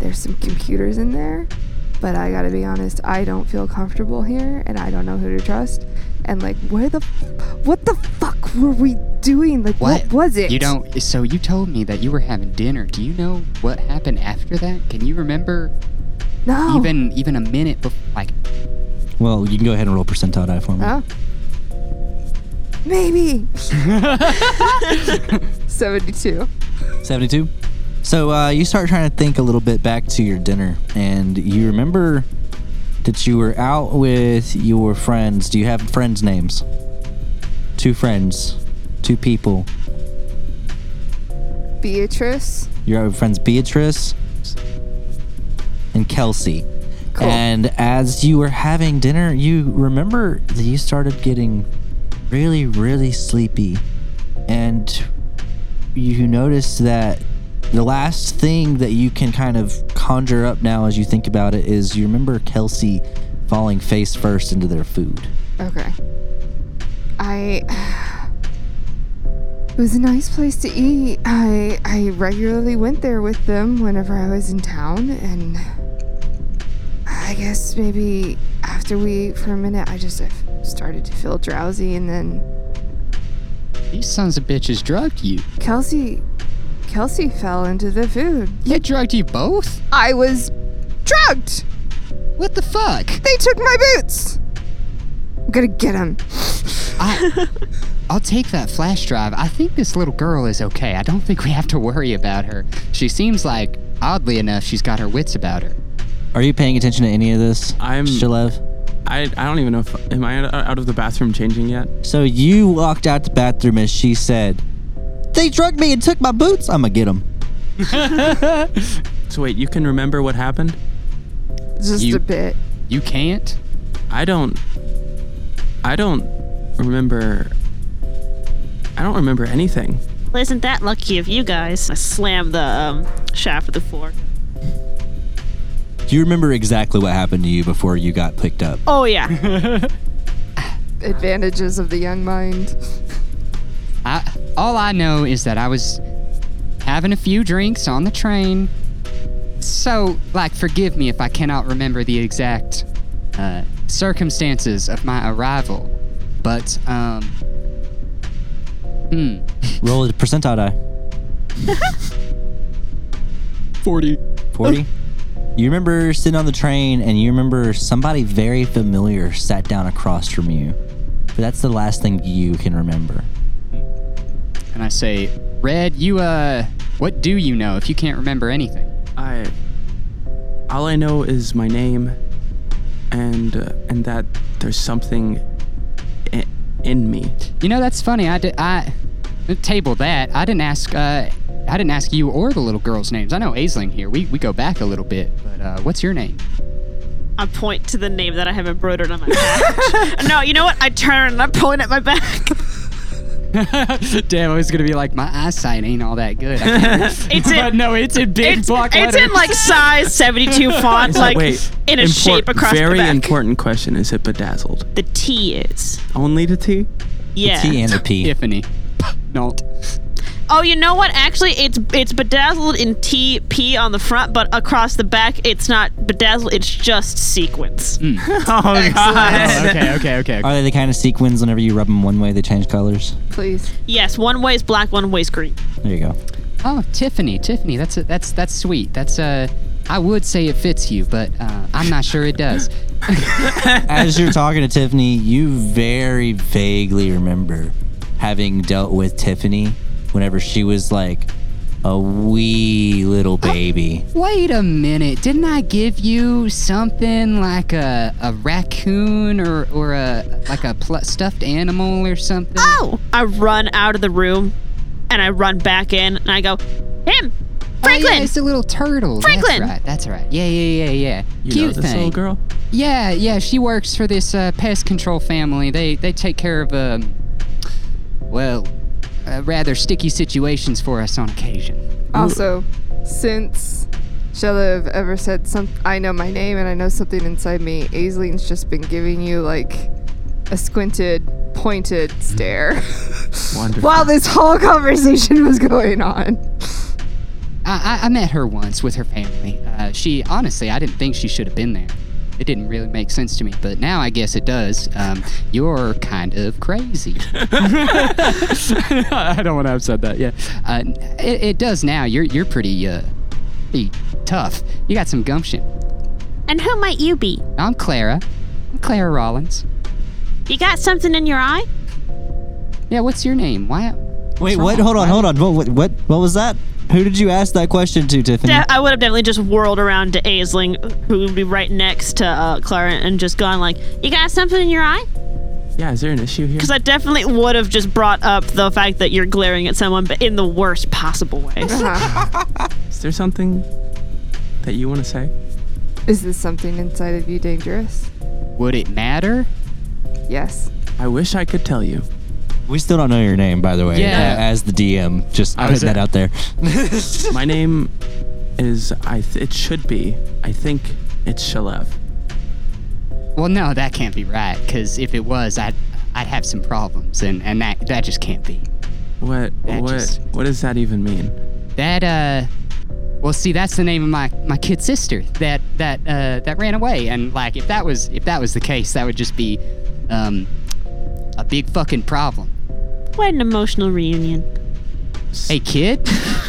S6: there's some computers in there, but I got to be honest, I don't feel comfortable here and I don't know who to trust. And like where the what the fuck were we doing? Like what, was it?
S5: You don't. So you told me that you were having dinner. Do you know what happened after that? Can you remember
S6: No.
S5: even even a minute before? Like,
S4: Well, you can go ahead and roll percentile die for me.
S7: Oh.
S6: Huh? Maybe. 72.
S4: Seventy-two. So uh, you start trying to think a little bit back to your dinner, and you remember that you were out with your friends. Do you have friends' names? Two friends, two people.
S6: Beatrice.
S4: your friends Beatrice and Kelsey.
S6: Cool.
S4: And as you were having dinner, you remember that you started getting really, really sleepy. And you notice that the last thing that you can kind of conjure up now as you think about it is you remember Kelsey falling face first into their food.
S6: Okay. I. It was a nice place to eat. I I regularly went there with them whenever I was in town, and I guess maybe after we ate for a minute, I just I started to feel drowsy, and then
S5: these sons of bitches drugged you.
S6: Kelsey, Kelsey fell into the food.
S5: They drugged you both.
S6: I was drugged.
S5: What the fuck?
S6: They took my boots. I'm gonna get them.
S5: I, I'll take that flash drive. I think this little girl is okay. I don't think we have to worry about her. She seems like, oddly enough, she's got her wits about her.
S4: Are you paying attention to any of this?
S8: I'm-
S4: Shalev?
S8: I, I don't even know if am I out- out of the bathroom changing yet.
S4: So you walked out the bathroom and she said, They drugged me and took my boots. I'm going to get them.
S8: So wait, you can remember what happened?
S6: Just
S5: You-
S6: a bit.
S5: You can't?
S8: I don't. I don't remember. I don't remember anything.
S7: Well, isn't that lucky of you guys? I slam the um, shaft of the floor.
S4: Do you remember exactly what happened to you before you got picked up?
S7: Oh yeah.
S6: Advantages of the young mind.
S5: I, all I know is that I was having a few drinks on the train. So, like, forgive me if I cannot remember the exact uh, circumstances of my arrival. But, um. Hmm.
S4: Roll a percentile die.
S5: 40.
S4: 40. you remember sitting on the train and you remember somebody very familiar sat down across from you. But that's the last thing you can remember.
S5: And I say, Red, you, uh. What do you know if you can't remember anything?
S8: I. All I know is my name, and uh, and that there's something i- in me.
S5: You know, that's funny. I did. I table that. I didn't ask. Uh, I didn't ask you or the little girl's names. I know Aisling here. We we go back a little bit, but uh, what's your name?
S7: I point to the name that I have embroidered on my back. no, you know what? I turn and I'm pulling at my back.
S5: Damn, I was gonna be like, my eyesight ain't all that good. I can't-
S7: It's in,
S5: but no, it's in big
S7: it's,
S5: block
S7: it's in
S5: letters.
S7: like size 72 font,
S8: It's
S7: like
S8: wait,
S7: in a
S8: import-
S7: shape across
S8: Very
S7: the back.
S8: important question. Is it bedazzled?
S7: The T is.
S8: Only the T?
S7: Yeah.
S4: T and a P.
S5: Tiffany. Nolt.
S7: Oh, you know what? Actually, it's it's bedazzled in TP on the front, but across the back, it's not bedazzled. It's just sequins.
S8: Oh, God.
S12: okay, okay, okay.
S4: Are they the kind of sequins whenever you rub them one way, they change colors?
S6: Please.
S7: Yes, one way is black, one way is green.
S4: There you go.
S12: Oh, Tiffany, Tiffany, that's a, that's that's sweet. That's uh, I would say it fits you, but uh, I'm not sure it does.
S4: As you're talking to Tiffany, you very vaguely remember having dealt with Tiffany whenever she was like a wee little baby.
S12: Wait a minute, didn't I give you something like a a raccoon or or a like a pl- stuffed animal or something?
S7: Oh! I run out of the room, and I run back in, and I go, him,
S12: Oh, yeah,
S7: Franklin.
S12: it's a little turtle.
S7: Franklin!
S12: That's right. That's right. Yeah, yeah, yeah, yeah.
S8: You know
S12: Cute
S8: this
S12: thing.
S8: little girl?
S12: Yeah, yeah, she works for this uh, pest control family. They they take care of um, well, uh, rather sticky situations for us on occasion.
S6: Also, since Shelev ever said some, I know my name and I know something inside me. Aisline's just been giving you like a squinted, pointed stare
S8: Wonderful.
S6: while this whole conversation was going on.
S12: I, I I met her once with her family. Uh, she honestly, I didn't think she should have been there. It didn't really make sense to me, but now I guess it does. Um, you're kind of crazy. I don't want to have said that. Yeah, uh, it, it does now. You're you're pretty uh, pretty tough. You got some gumption.
S7: and who might you be?
S12: I'm Clara. I'm Clara Rollins.
S7: You got something in your eye?
S12: Yeah, what's your name? Why?
S4: Wait,
S12: wrong?
S4: what? Hold on, hold on. What, what? What? What was that? Who did you ask that question to, Tiffany?
S7: De- I would have definitely just whirled around to Aisling, who would be right next to uh, Clara, and just gone like, "You got something in your eye?"
S8: Yeah, is there an issue here?
S7: Because I definitely would have just brought up the fact that you're glaring at someone, but in the worst possible way.
S8: Is there something that you want to say?
S6: Is this something inside of you dangerous?
S12: Would it matter?
S6: Yes.
S8: I wish I could tell you.
S4: we still don't know your name, by the way.
S12: Yeah.
S4: uh, as the DM, just
S8: I
S4: putting
S8: was
S4: that
S8: a-
S4: out there.
S8: My name is I. Th- it should be. I think it's Shalev.
S12: Well, no, that can't be right. Cause if it was, I'd I'd have some problems, and and that that just can't be.
S8: What?
S12: That
S8: what?
S12: just-
S8: What does that even mean?
S12: That uh, well, see, that's the name of my my kid sister that that uh that ran away, and like if that was if that was the case, that would just be, um, a big fucking problem.
S7: What an emotional reunion.
S12: Hey, kid,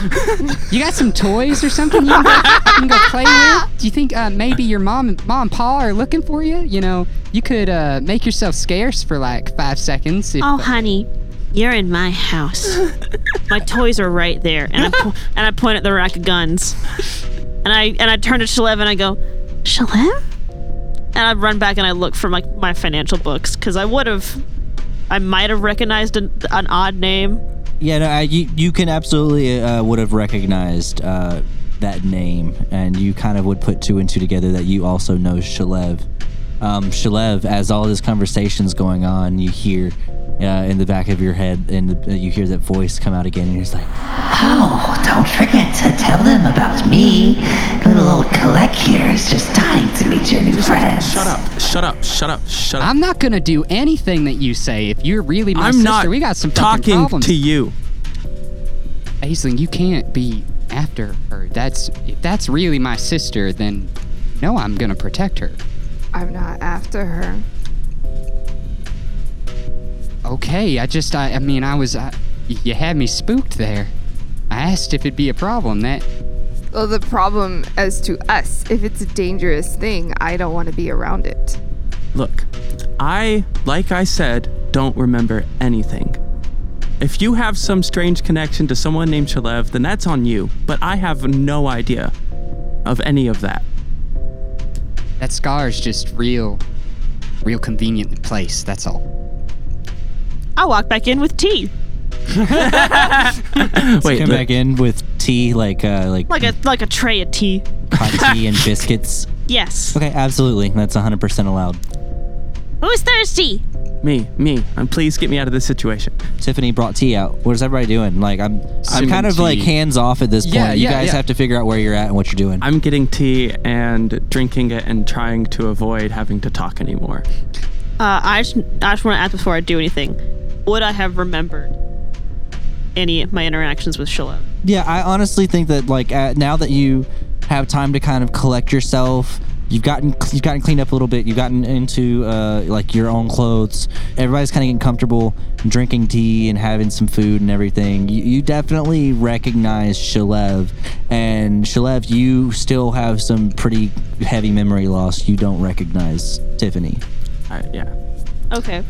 S12: you got some toys or something you can go, you can go play with? Do you think uh, maybe your mom, mom and pa are looking for you? You know, you could uh, make yourself scarce for like five seconds. If,
S7: Oh, honey, you're in my house. my toys are right there, and I po- and I point at the rack of guns, and I and I turn to Shalev and I go, Shalev, and I run back and I look for my my financial books because I would have, I might have recognized an, an odd name.
S4: Yeah, no, I, you, you can absolutely uh, would have recognized uh, that name, and you kind of would put two and two together that you also know Shalev. Um, Shalev, as all this conversation's going on, you hear uh, in the back of your head, and uh, you hear that voice come out again, and you're just like,
S5: Oh, don't forget to tell them about me. Little old Collect here is just dying to meet your new friends.
S8: Shut up! Shut up! Shut up! Shut up!
S12: I'm not gonna do anything that you say if you're really Ah, my
S8: I'm
S12: sister.
S8: not
S12: we got some fucking
S8: talking
S12: problems.
S8: to you.
S12: Aisling, you can't be after her. That's if that's really my sister, then no, I'm gonna protect her.
S6: I'm not after her.
S12: Okay, I just I, I mean I was I, you had me spooked there. I asked if it'd be a problem. That
S6: Well, the problem as to us, if it's a dangerous thing, I don't want to be around it.
S8: Look, I, like I said, don't remember anything. If you have some strange connection to someone named Shalev, then that's on you, but I have no idea of any of that.
S12: that scar is just real, real conveniently placed. That's all.
S7: I walk back in with tea,
S8: Wait,
S4: come
S8: look,
S4: back in with tea, like uh, like,
S7: like a like a tray of tea.
S4: hot tea and biscuits.
S7: Yes.
S4: Okay, absolutely, that's 100% allowed.
S7: Who's thirsty?
S8: me, me, and please get me out of this situation.
S4: Tiffany brought tea out. What is everybody doing? Like, I'm I'm
S12: Sipping
S4: kind of like
S12: tea.
S4: hands off at this point.
S12: Yeah,
S4: you
S12: yeah,
S4: guys
S12: yeah.
S4: have to figure out where you're at and what you're doing.
S8: I'm getting tea and drinking it and trying to avoid having to talk anymore.
S7: Uh, I just I just want to ask before I do anything, would I have remembered any of my interactions with Shiloh.
S4: Yeah, I honestly think that like uh, now that you have time to kind of collect yourself, you've gotten you've gotten cleaned up a little bit. You've gotten into uh, like your own clothes. Everybody's kind of getting comfortable, drinking tea and having some food and everything. You, you definitely recognize Shalev, and Shalev, you still have some pretty heavy memory loss. You don't recognize Tiffany.
S8: All right, yeah.
S7: Okay.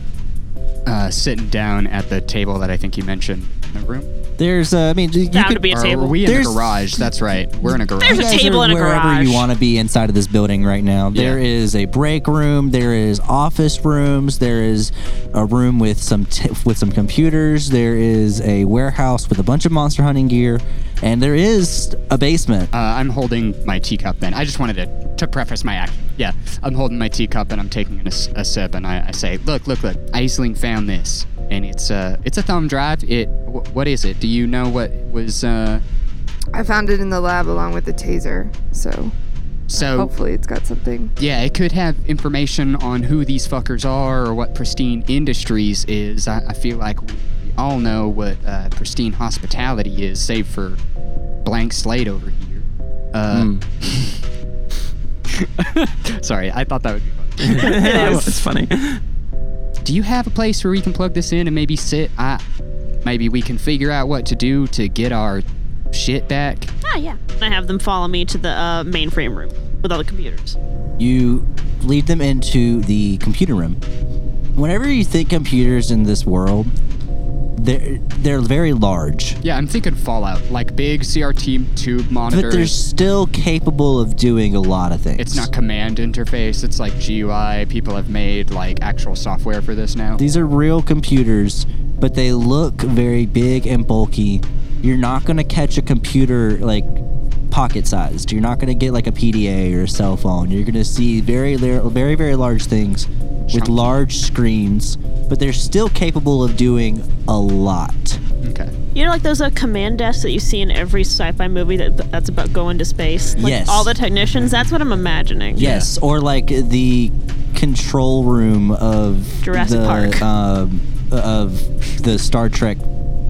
S12: Uh, sitting down at the table that I think you mentioned in the room.
S4: There's, uh, I mean, you
S7: That
S4: could
S7: would be a
S12: Or
S7: table.
S12: Are we in
S4: There's-
S12: the garage? That's right. We're in a garage.
S7: There's a
S4: You guys
S7: table
S4: are
S7: and a
S4: wherever
S7: garage.
S4: you want to be inside of this building right now. There
S12: Yeah.
S4: is a break room. There is office rooms. There is a room with some t- with some computers. There is a warehouse with a bunch of monster hunting gear, and there is a basement.
S12: Uh, I'm holding my teacup then. I just wanted to, to preface my act. Yeah, I'm holding my teacup and I'm taking a, s- a sip and I, I say, look, look, look, Aisling found this. And it's uh, it's a thumb drive. It wh- What is it? Do you know what was... Uh,
S6: I found it in the lab along with the taser, so
S12: so,
S7: Oh,
S6: hopefully it's got something.
S12: yeah, it could have information on who these fuckers are or what Pristine Industries is. I, I feel like we all know what uh, Pristine Hospitality is, save for blank slate over here. Uh,
S8: Hmm.
S12: Sorry, I thought that would be fun.
S8: yeah, Mm. it's funny.
S12: do you have a place where we can plug this in and maybe sit? I, maybe we can figure out what to do to get our shit back.
S7: Ah, yeah. And I have them follow me to the uh, mainframe room with all the computers.
S4: You lead them into the computer room. Whenever you think computers in this world, they're they're very large.
S12: Yeah, I'm thinking Fallout, like big CRT tube
S4: But they're
S12: monitors.
S4: still capable of doing a lot of things.
S12: It's not command interface. It's like GUI. People have made like actual software for this now.
S4: These are real computers, but they look very big and bulky. You're not going to catch a computer like pocket sized. You're not going to get like a PDA or a cell phone. You're going to see very, lar- very, very large things with
S12: Chunky.
S4: large screens, but they're still capable of doing a lot.
S12: Okay.
S7: You know, like those uh, command desks that you see in every sci-fi movie that that's about going to space. Like
S4: Yes.
S7: all the technicians. That's what I'm imagining.
S4: Yes, or like the control room of
S7: Jurassic
S4: the,
S7: Park.
S4: um, of the Star Trek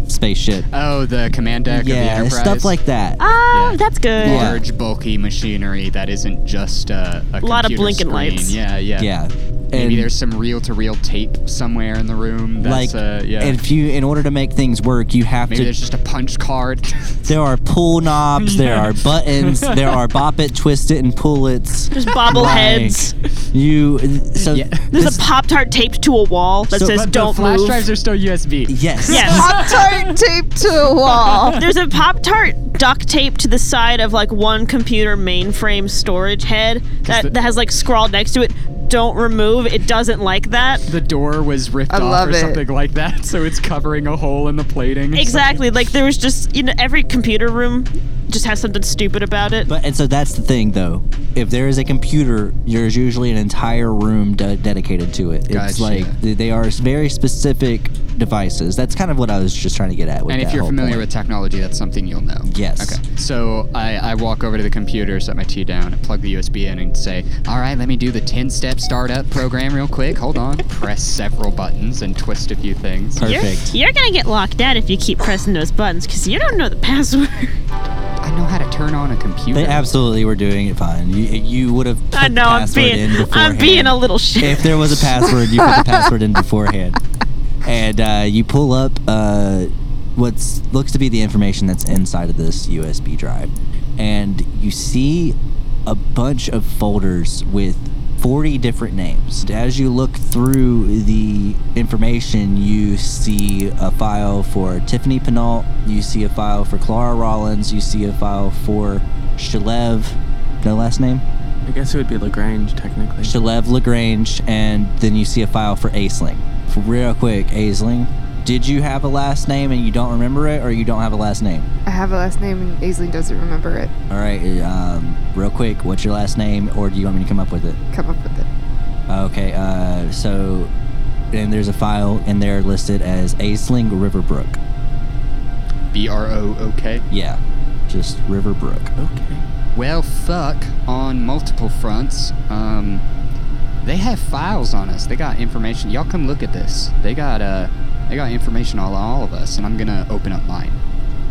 S4: spaceship.
S12: Oh, the command deck. of the
S4: yeah,
S12: Enterprise.
S4: stuff like that.
S7: Ah,
S12: Yeah.
S7: that's good.
S4: Yeah.
S12: large, bulky machinery that isn't just uh, a
S7: Lot of
S12: computer
S7: blinking
S12: screen.
S7: lights.
S12: Yeah, yeah.
S4: Yeah.
S12: Maybe
S4: And-
S12: there's some reel-to-reel tape somewhere in the room. That's,
S4: like
S12: uh, yeah.
S4: if you in order to make things work you have
S12: Maybe
S4: to
S12: there's just a punch card.
S4: there are pull knobs there are buttons there are bop it twist it and pull it's
S7: There's bobbleheads.
S4: you so
S12: Yeah.
S7: There's
S4: this-
S7: a pop tart taped to a wall that
S4: So-
S7: says
S4: but the
S7: "Don't
S12: Flash
S7: move."
S12: drives are still USB.
S4: yes
S7: yes.
S6: Pop tart taped to a wall.
S7: There's a Pop Tart duct tape to the side of like one computer mainframe storage head that,
S12: the-
S7: that has like scrawled next to it, don't remove. It doesn't like that.
S12: The door was ripped
S6: I
S12: off
S6: love
S12: or
S6: it.
S12: something like that, so it's covering a hole in the plating. or
S7: Exactly. Like there was just you know every computer room just has something stupid about it.
S4: but and so that's the thing though if there is a computer there's usually an entire room de- dedicated to it it's
S12: Gotcha.
S4: like th- they are very specific devices that's kind of what i was just trying to get at with
S12: And if
S4: that
S12: you're
S4: whole
S12: familiar
S4: point.
S12: with technology, that's something you'll know.
S4: Yes.
S12: Okay. So I, I walk over to the computer, set my tea down, and plug the USB in, and say, "All right, let me do the 10-step startup program real quick. Hold on." Press several buttons and twist a few things.
S4: perfect
S7: You're, you're gonna get locked out if you keep pressing those buttons because you don't know the password.
S12: I know how to turn on a computer.
S4: they absolutely were doing it fine you, you would have put
S7: I know I'm
S4: password in
S7: being I'm
S4: beforehand.
S7: being a little shit.
S4: if there was a password, you put the password in beforehand, and uh, you pull up uh, what looks to be the information that's inside of this USB drive, and you see a bunch of folders with. 40 different names. As you look through the information, you see a file for Tiffany Penault, you see a file for Clara Rollins, you see a file for Shalev, no last name?
S8: I guess it would be Lagrange technically.
S4: Shalev Lagrange, and then you see a file for Aisling. For real quick, Aisling, did you have a last name and you don't remember it, or you don't have a last name?
S6: I have a last name and Aislinn doesn't remember it.
S4: All right, um, real quick, what's your last name, or do you want me to come up with it?
S6: Come up with it.
S4: Okay, uh, so, and there's a file in there listed as Aisling Riverbrook.
S12: B R O O K.
S4: Yeah, just Riverbrook.
S12: Okay. Well, fuck on multiple fronts. Um, they have files on us. They got information. Y'all come look at this. They got uh, They got information on all of us, and I'm gonna open up mine.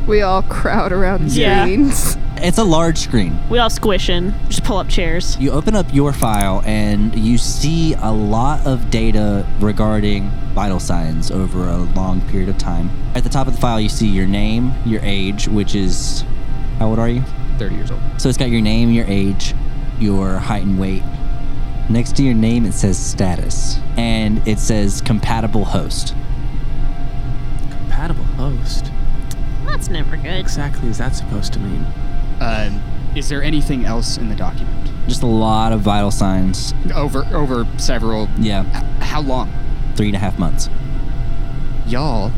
S6: We all crowd around
S7: Yeah.
S6: screens.
S4: It's a large screen.
S7: We all squish in. Just pull up chairs.
S4: You open up your file and you see a lot of data regarding vital signs over a long period of time. At the top of the file, you see your name, your age, which is how old are you?
S12: 30 years old.
S4: So it's got your name, your age, your height and weight. Next to your name, it says status, and it says compatible host.
S8: Compatible host.
S7: That's never good.
S8: Exactly is that supposed to mean?
S12: Um, is there anything else in the document?
S4: Just a lot of vital signs.
S12: Over over several.
S4: Yeah,
S12: h- How long?
S4: three and a half months.
S12: Y'all,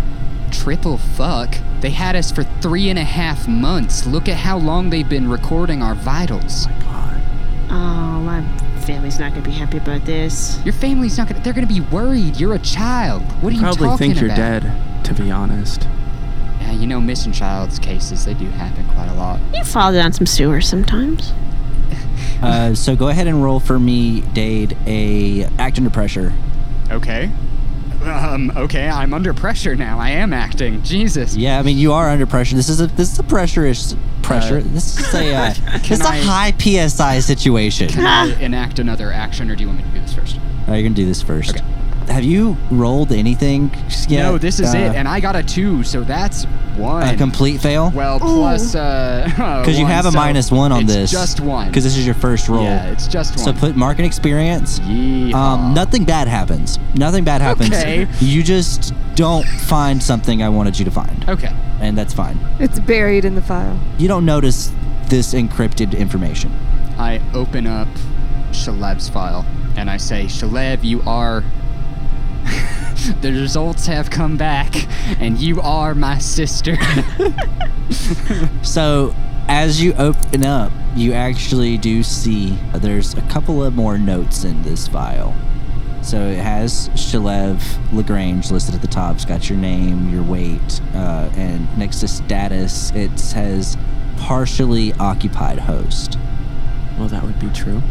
S12: triple fuck. They had us for three and a half months. Look at how long they've been recording our vitals.
S7: Oh, my family's not gonna be happy about this.
S12: Your family's not gonna. They're gonna be worried. You're a child. What are you
S8: Probably
S12: talking
S8: think you're
S12: about?
S8: dead, to be honest.
S12: Yeah, you know, missing child's cases they do happen quite a lot.
S7: You fall down some sewers sometimes.
S4: Uh, so go ahead and roll for me, Dade, a act under pressure.
S12: Okay. Um. Okay. I'm under pressure now. I am acting. Jesus.
S4: Yeah, I mean you are under pressure. This is a this is a pressurish pressure.
S12: Uh,
S4: this is a uh, this
S12: can
S4: is a
S12: I-
S4: high PSI situation.
S12: Can I enact another action, or do you want me to do this first?
S4: Are you gonna do this first? Have you rolled anything yet?
S12: No, this is
S4: Uh,
S12: it, and I got a two, so that's one.
S4: a complete fail.
S12: well, plus uh, because
S4: Because you have a minus one on this.
S12: Just one.
S4: Because this is your first roll.
S12: Yeah, it's just one.
S4: so put mark and experience.
S12: Ah.
S4: Um, nothing bad happens. Nothing bad happens.
S12: Okay.
S4: You just don't find something I wanted you to find,
S12: Okay.
S4: and that's fine.
S6: It's buried in the file.
S4: You don't notice this encrypted information.
S12: I open up Shalev's file and I say, Shalev, you are. the results have come back, and you are my sister.
S4: So, as you open up, you actually do see uh, there's a couple of more notes in this file. So it has Shalev Lagrange listed at the top. It's got your name, your weight, uh, and next to status, it says partially occupied host.
S8: Well, that would be true.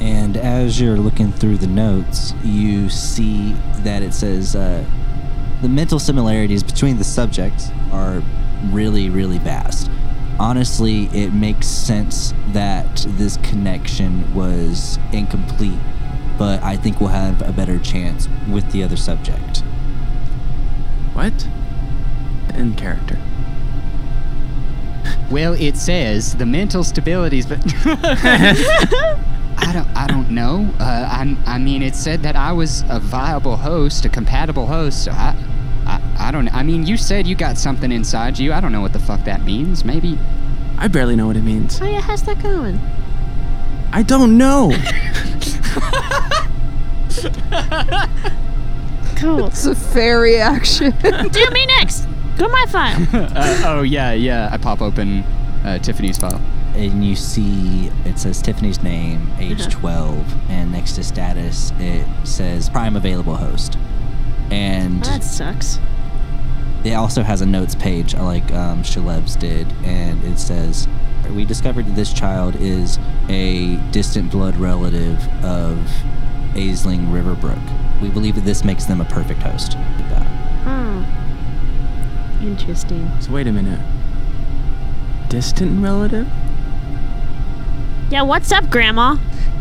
S4: And as you're looking through the notes, you see that it says uh, the mental similarities between the subjects are really, really vast. Honestly, it makes sense that this connection was incomplete, but I think we'll have a better chance with the other subject.
S8: What? In character.
S12: well, it says the mental stabilities, but. I don't, I don't know. Uh, I, I mean, it said that I was a viable host, a compatible host, so I, I, I don't, I mean, you said you got something inside you. I don't know what the fuck that means. Maybe
S8: I barely know what it means.
S7: Oh yeah, how's that going?
S8: I don't know.
S7: Cool.
S6: It's a fair reaction.
S7: Do me next. Go my file.
S12: uh, oh yeah, yeah. I pop open uh, Tiffany's file.
S4: and you see it says Tiffany's name, age
S7: Uh-huh.
S4: 12, and next to status it says prime available host. And
S7: that sucks.
S4: it also has a notes page like um, Shalev's did, and it says, We discovered that this child is a distant blood relative of Aisling Riverbrook. We believe that this makes them a perfect host. Goodbye.
S7: Oh. Interesting.
S8: so wait a minute. Distant relative?
S7: Yeah, what's up, Grandma?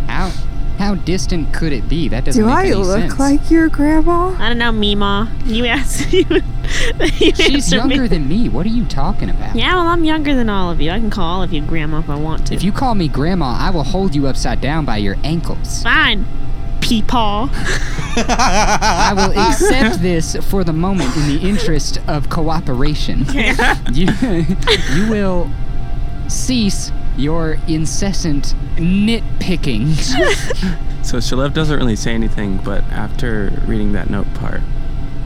S12: How how distant could it be? That doesn't
S6: Do
S12: make
S6: I
S12: any
S6: look
S12: sense.
S6: like your grandma?
S7: I don't know, Mima. You asked you. you
S12: she's
S7: answered
S12: younger
S7: Me.
S12: than me? What are you talking about?
S7: Yeah, well, I'm younger than all of you. I can call all of you Grandma if I want to.
S12: If you call me grandma, I will hold you upside down by your ankles.
S7: Fine, peepaw.
S12: I will accept this for the moment in the interest of cooperation. you, you will cease your incessant nitpicking.
S8: So Shalev doesn't really say anything, but after reading that note part,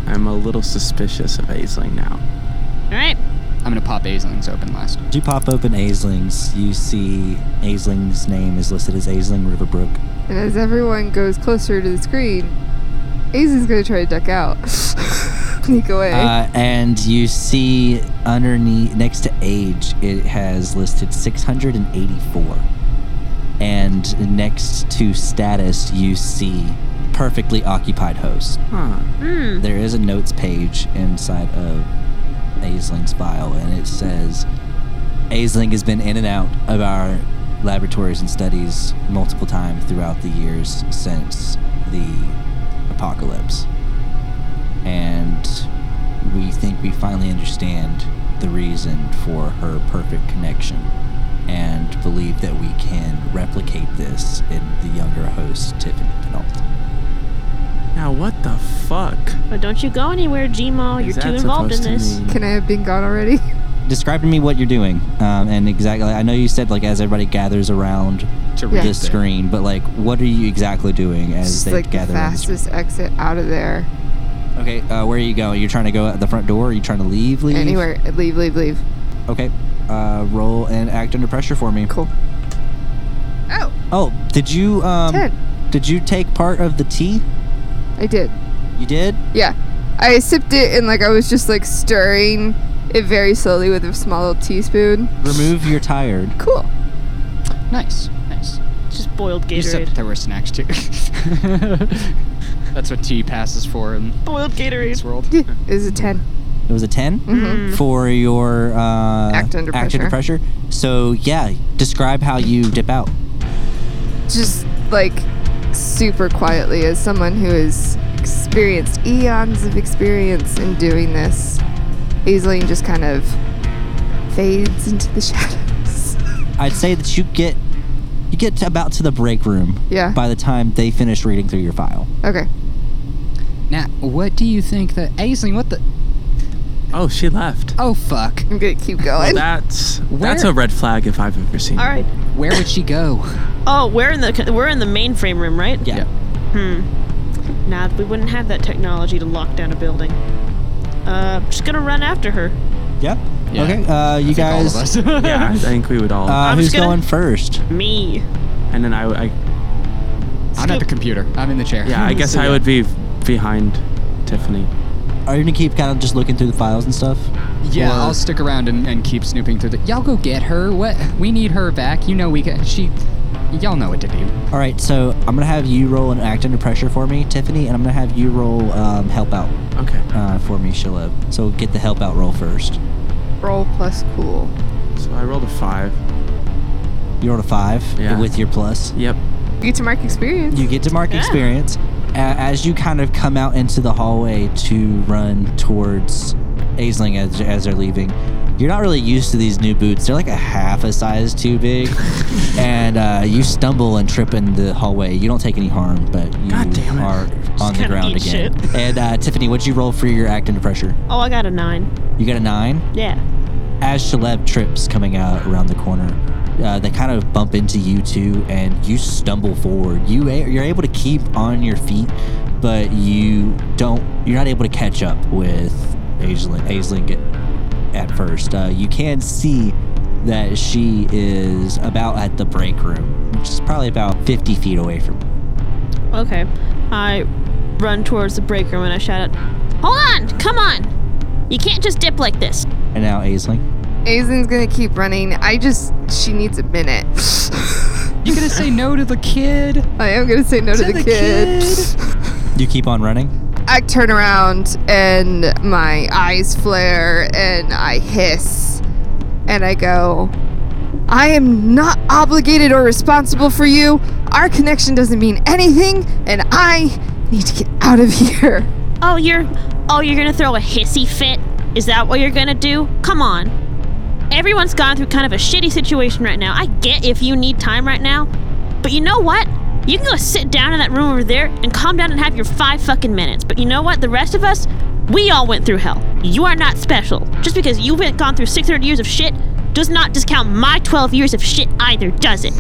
S8: I'm a little suspicious of Aisling now.
S7: All right.
S12: I'm gonna pop Aisling's open last.
S4: As you pop open Aisling's, you see Aisling's name is listed as Aisling Riverbrook.
S6: And as everyone goes closer to the screen, Aisling's gonna try to duck out, sneak away.
S4: Uh, and you see underneath, next to age, it has listed 684. And next to status, you see perfectly occupied host.
S8: Huh.
S7: Hmm.
S4: There is a notes page inside of Aisling's file, and it says Aisling has been in and out of our laboratories and studies multiple times throughout the years since the apocalypse. And we think we finally understand the reason for her perfect connection and believe that we can replicate this in the younger host, Tiffany Penalt.
S8: Now what the fuck?
S7: But don't you go anywhere, Gmo. Oh, You're
S8: Is
S7: too
S8: that
S7: involved in
S8: supposed to
S7: this.
S8: mean-
S6: Can I have been gone already?
S4: Describe to me what you're doing um, and exactly. I know you said, like, as everybody gathers around the
S6: Yeah.
S8: to read it.
S4: screen, but, like, what are you exactly doing as
S6: Just
S4: they
S6: like the
S4: gather around the screen?
S6: fastest exit out of there.
S4: Okay, uh, where are you going? You're trying to go out the front door? Are you trying to leave? Leave?
S6: Anywhere. Leave, leave, leave.
S4: Okay. Uh, roll and act under pressure for me.
S6: Cool. Oh,
S4: Oh, did you um?
S6: Ten.
S4: Did you take part of the tea?
S6: I did.
S4: You did.
S6: Yeah. I sipped it and like I was just like stirring it very slowly with a small little teaspoon.
S4: Remove your tired.
S6: Cool.
S5: Nice, nice.
S7: Just boiled
S5: Except
S7: Gatorade.
S5: there were snacks too. That's what tea passes for in
S7: Boiled
S5: this
S7: Gatorade. Mm.
S5: world.
S6: Yeah, It was a Mm-hmm. 10.
S4: It was a 10
S12: Mm-hmm.
S7: Mm-hmm.
S4: for your uh,
S6: Act under
S4: pressure. So yeah, describe how you dip out.
S6: Just like super quietly as someone who has experienced eons of experience in doing this. Aislinn just kind of fades into the shadows.
S4: I'd say that you get you get to about to the break room.
S6: Yeah.
S4: By the time they finish reading through your file.
S6: Okay.
S5: Now, what do you think that Aisling? What the?
S8: Oh, she left.
S5: Oh fuck!
S6: I'm gonna keep
S8: Well,
S6: going.
S8: that's that's
S5: Where-
S8: a red flag if I've ever seen.
S7: All right.
S5: Where would she go?
S7: Oh, we're in the we're in the mainframe room, right?
S4: Yeah.
S7: Hmm. Nah, we wouldn't have that technology to lock down a building. Uh, just gonna run after her.
S4: Yep.
S5: Yeah.
S4: Okay. Uh, you
S5: Like all of
S4: guys.
S5: us.
S8: it. Yeah, I think we would all.
S4: Uh,
S7: I'm
S4: who's
S7: just gonna-
S4: going first?
S7: Me.
S8: and then I, I
S5: I'm at the computer. I'm in the chair.
S8: yeah, I guess I would be behind Tiffany.
S4: Are you gonna keep kind of just looking through the files and stuff?
S5: Yeah,
S4: Or-
S5: I'll stick around and, and keep snooping through the. Y'all go get her. What? We need her back. You know we can. She. Y'all know what to do.
S4: All right, so I'm gonna have you roll and act under pressure for me, Tiffany, and I'm gonna have you roll um, help out
S8: Okay.
S4: uh, for me, Shalev. So get the help out roll first.
S6: Roll plus cool.
S8: So I rolled a five.
S4: You rolled a five
S8: Yeah.
S4: with your plus.
S8: Yep.
S6: You get to mark experience.
S4: You get to mark experience. A- as you kind of come out into the hallway to run towards Aisling as, as they're leaving, you're not really used to these new boots. They're like a half a size too big, and uh, you stumble and trip in the hallway. You don't take any harm, but you
S8: God damn it.
S4: are on the
S7: kinda
S4: ground
S7: eat
S4: again. And uh, Tiffany, what'd you roll for your act under pressure?
S7: Oh, I got a nine.
S4: You got a nine.
S7: Yeah.
S4: As Shaleb trips coming out around the corner, uh, they kind of bump into you two, and you stumble forward. You a- you're able to keep on your feet, but you don't. You're not able to catch up with Aisling. Aisling at, at first. Uh, you can see that she is about at the break room, which is probably about 50 feet away from.
S7: Okay. I run towards the break room and I shout out, "Hold on! Come on! You can't just dip like this."
S4: And now Aisling.
S6: Aislinn's gonna keep running. I just she needs a minute.
S5: You gonna say no to the kid?
S6: I am gonna say no to, the, kid.
S4: You keep on running.
S6: I turn around and my eyes flare and I hiss and I go, I am not obligated or responsible for you. Our connection doesn't mean anything and I need to get out of here.
S7: Oh, you're oh, you're gonna throw a hissy fit? Is that what you're gonna do? Come on. Everyone's gone through kind of a shitty situation right now. I get if you need time right now, but you know what? You can go sit down in that room over there and calm down and have your five fucking minutes. But you know what? The rest of us, we all went through hell. You are not special. Just because you've been- gone through 600 years of shit does not discount my 12 years of shit either, does it?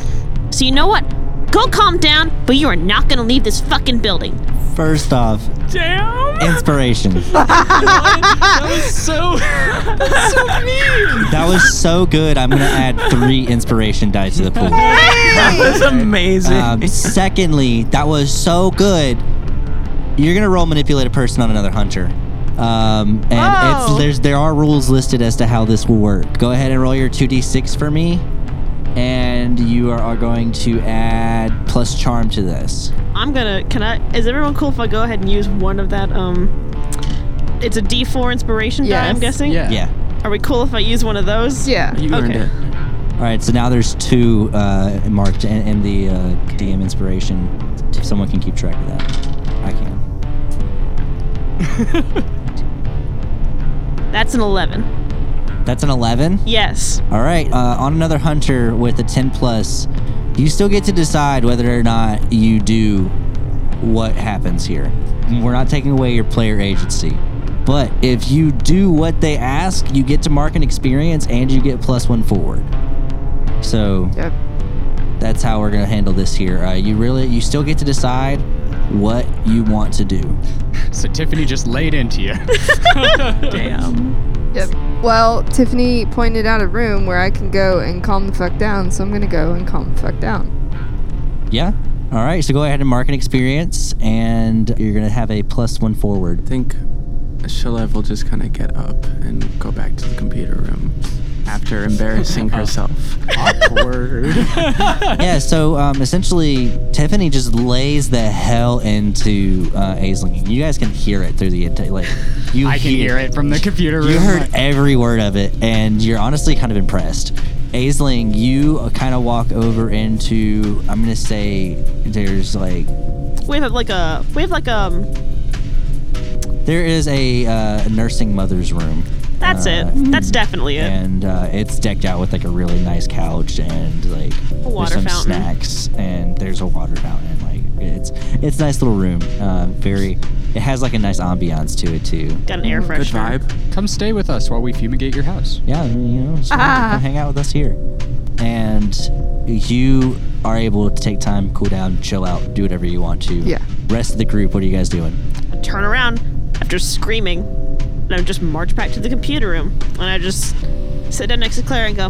S7: So you know what? Go calm down, but you are not gonna leave this fucking building.
S4: First off,
S8: Damn.
S4: inspiration.
S5: So
S4: That was so good. I'm gonna add three inspiration die to the pool.
S8: That's amazing.
S4: Um, secondly, that was so good. You're gonna roll manipulate a person on another hunter, um, and
S7: Oh.
S4: it's, there's there are rules listed as to how this will work. Go ahead and roll your two d6 for me, and you are, are going to add plus charm to this.
S7: I'm gonna. Can I? Is everyone cool if I go ahead and use one of that? Um, it's a D4 inspiration die. I'm
S6: Yes.
S7: guessing.
S8: Yeah.
S4: Yeah.
S7: Are we cool if I use one of those?
S6: Yeah.
S8: You earned
S7: Okay.
S8: it.
S4: All right, so now there's two uh, marked in, in the uh, DM inspiration. If someone can keep track of that, I can.
S7: That's an 11.
S4: That's an 11.
S7: Yes.
S4: All right, uh, on another hunter with a 10 plus, you still get to decide whether or not you do what happens here. We're not taking away your player agency. But if you do what they ask, you get to mark an experience and you get plus one forward. So
S6: Yep.
S4: that's how we're gonna handle this here. Uh, you really, you still get to decide what you want to do.
S12: So Tiffany just laid into you.
S7: Damn.
S6: Yep. Well, Tiffany pointed out a room where I can go and calm the fuck down, so I'm gonna go and calm the fuck down.
S4: Yeah. All right. So go ahead and mark an experience, and you're gonna have a plus one forward.
S8: I think Shalev will just kind of get up and go back to the computer room after
S7: Oh.
S8: embarrassing herself.
S4: yeah, so um, essentially, Tiffany just lays the hell into uh, Aisling. You guys can hear it through the entire. Like, you
S12: I can hear it from the computer room.
S4: You heard every word of it, and you're honestly kind of impressed. Aisling, you kind of walk over into. I'm gonna say there's like
S7: We have like a. We have like um.
S4: there is a uh, nursing mother's room.
S7: That's
S4: Uh,
S7: it. That's definitely it.
S4: and uh, it's decked out with like a really nice couch and like
S7: water
S4: there's some
S7: fountain.
S4: snacks and there's a water fountain. Like it's it's a nice little room. Uh, very, it has like a nice ambiance to it too.
S7: Got an air
S8: Good
S7: freshener.
S8: vibe.
S12: Come stay with us while we fumigate your house.
S4: Yeah, you know, just come-
S6: Ah.
S4: come hang out with us here, and you are able to take time, cool down, chill out, do whatever you want to.
S6: Yeah.
S4: Rest of the group, what are you guys doing?
S7: Turn around after screaming, and I just march back to the computer room, and I just sit down next to Claire and go,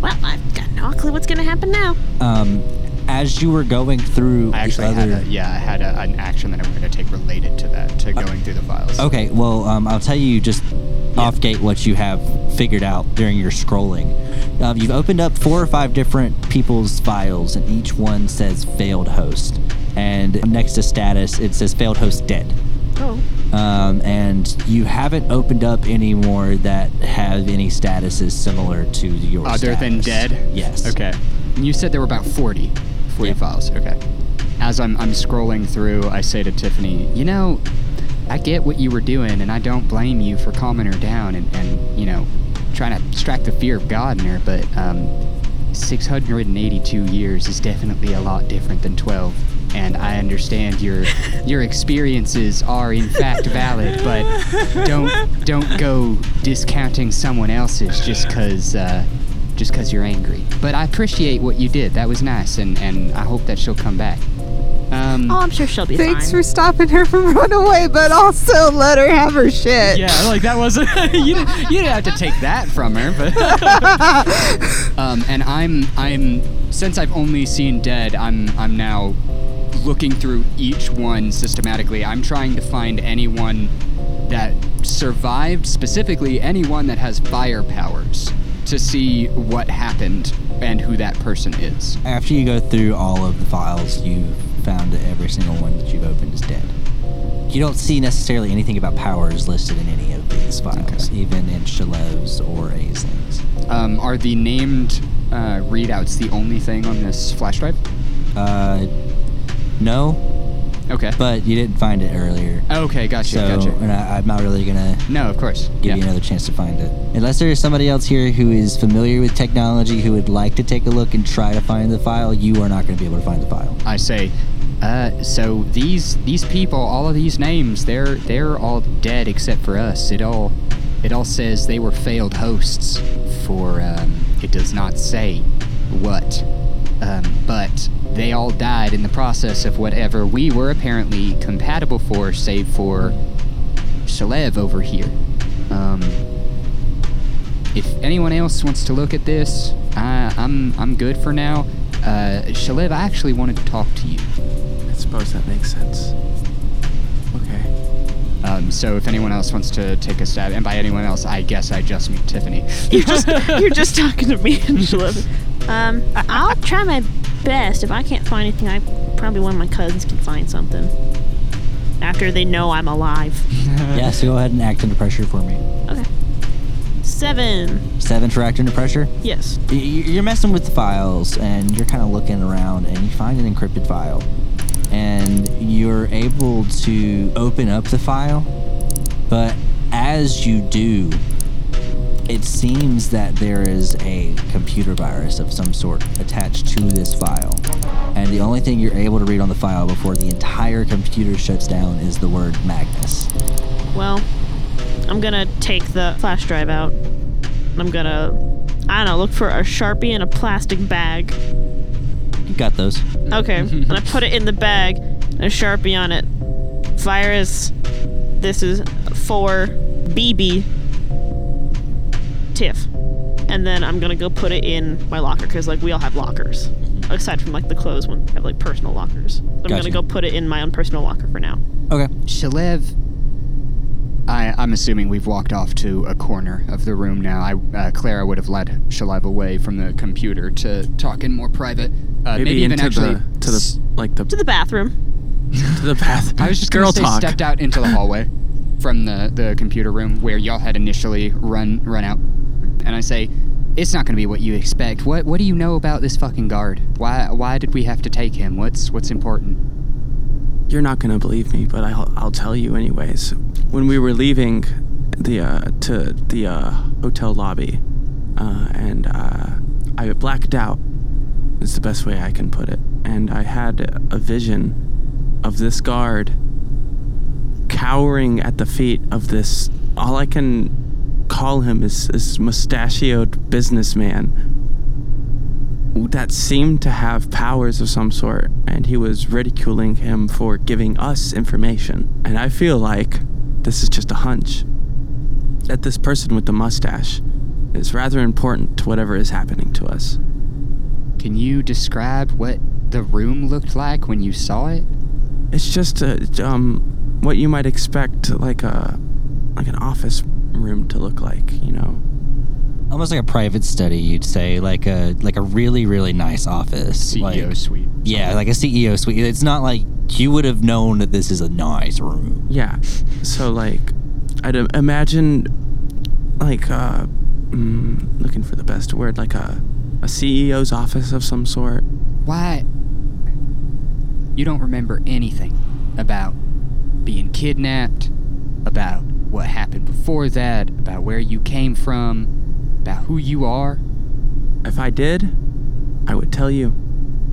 S7: "Well, I've got no clue what's gonna happen now."
S4: Um, as you were going through
S12: I
S4: the
S12: actually
S4: other,
S12: had a, yeah, I had a, an action that I'm going to take related to that, to going through the files.
S4: Okay, well, um, I'll tell you just off gate what you have figured out during your scrolling. Um, you've opened up four or five different people's files, and each one says failed host. And next to status, it says failed host dead.
S7: Oh,
S4: Um, and you haven't opened up any more that have any statuses similar to your
S12: Other than
S4: status.
S12: dead?
S4: Yes.
S12: Okay. And you said there were about 40, 40
S4: Yeah.
S12: files. Okay. As I'm, I'm scrolling through, I say to Tiffany, you know, I get what you were doing, and I don't blame you for calming her down and, and you know, trying to extract the fear of God in her, but um, 682 years is definitely a lot different than 12. And I understand your your experiences are in fact valid, but don't don't go discounting someone else's just because uh, just because you're angry. But I appreciate what you did. That was nice, and, and I hope that she'll come back. Um,
S7: oh, I'm sure she'll be
S6: Thanks
S7: fine.
S6: for stopping her from running away, but also let her have her shit.
S12: Yeah, like that wasn't you. Didn't, you didn't have to take that from her, but um, and I'm I'm since I've only seen dead, I'm I'm now looking through each one systematically. I'm trying to find anyone that survived, specifically anyone that has fire powers, to see what happened and who that person is.
S4: After you go through all of the files, you found that every single one that you've opened is dead. You don't see necessarily anything about powers listed in any of these files, even in Shalev's or Aisling's.
S12: Um, are the named uh, readouts the only thing on this flash drive?
S4: Uh, no,
S12: Okay.
S4: but you didn't find it earlier.
S12: okay, gotcha,
S4: so,
S12: gotcha.
S4: and I, I'm not really gonna
S12: No, of course.
S4: give
S12: yeah.
S4: you another chance to find it. Unless there is somebody else here who is familiar with technology who would like to take a look and try to find the file, you are not going to be able to find the file.
S12: I say, uh, so these these people, all of these names, they're they're all dead except for us. It all it all says they were failed hosts. For um, it does not say what, um, but they all died in the process of whatever we were apparently compatible for, save for Shalev over here. Um, if anyone else wants to look at this, I, I'm I'm good for now. Uh, Shalev, I actually wanted to talk to you.
S8: I suppose that makes sense. Okay.
S12: Um, so if anyone else wants to take a stab, and by anyone else, I guess I just mean Tiffany.
S7: You're just, you're just talking to me, Angela. Um, I'll try my best. If I can't find anything, I probably one of my cousins can find something. After they know I'm alive.
S4: yeah, so go ahead and act under pressure for me.
S7: Okay. Seven.
S4: Seven for act under pressure.
S7: Yes.
S4: Y- y- You're messing with the files, and you're kind of looking around, and you find an encrypted file, and you're able to open up the file, but as you do, it seems that there is a computer virus of some sort attached to this file. And the only thing you're able to read on the file before the entire computer shuts down is the word Magnus.
S7: Well, I'm gonna take the flash drive out. and I'm gonna, I don't know, look for a sharpie and a plastic bag.
S4: You got those.
S7: Okay, and I put it in the bag, and a sharpie on it. Virus. This is for BB. Tiff. And then I'm gonna go put it in my locker because like we all have lockers, aside from like the clothes one have like personal lockers. So I'm
S4: Gotcha.
S7: gonna go put it in my own personal locker for now.
S4: Okay.
S5: Shalev. I, I'm assuming we've walked off to a corner of the room now. I, uh, Clara would have led Shalev away from the computer to talk in more private. Uh, maybe, even
S8: into
S5: actually
S8: the to the like the
S7: To the bathroom.
S8: to the path.
S5: I was just
S8: girl
S5: gonna say
S8: talk.
S5: stepped out into the hallway from the, the computer room where y'all had initially run run out, and I say, it's not gonna be what you expect. What what do you know about this fucking guard? Why why did we have to take him? What's what's important?
S8: You're not gonna believe me, but I'll, I'll tell you anyways. When we were leaving the uh, to the uh, hotel lobby, uh, and uh, I blacked out. It's the best way I can put it. And I had a vision of this guard cowering at the feet of this. All I can call him is this mustachioed businessman that seemed to have powers of some sort, and he was ridiculing him for giving us information. And I feel like this is just a hunch that this person with the mustache is rather important to whatever is happening to us.
S5: Can you describe what the room looked like when you saw it?
S8: It's just a, um, what you might expect, like a, like an office room to look like, you know.
S4: Almost like a private study, you'd say, like a like a really really nice office,
S5: CEO
S4: like
S5: suite.
S4: yeah, like a CEO suite. It's not like you would have known that this is a nice room.
S8: Yeah. So like, I'd im- imagine, like, uh, mm, looking for the best word, like a, a CEO's office of some sort.
S5: Why? You don't remember anything about being kidnapped, about what happened before that, about where you came from, about who you are.
S8: If I did, I would tell you.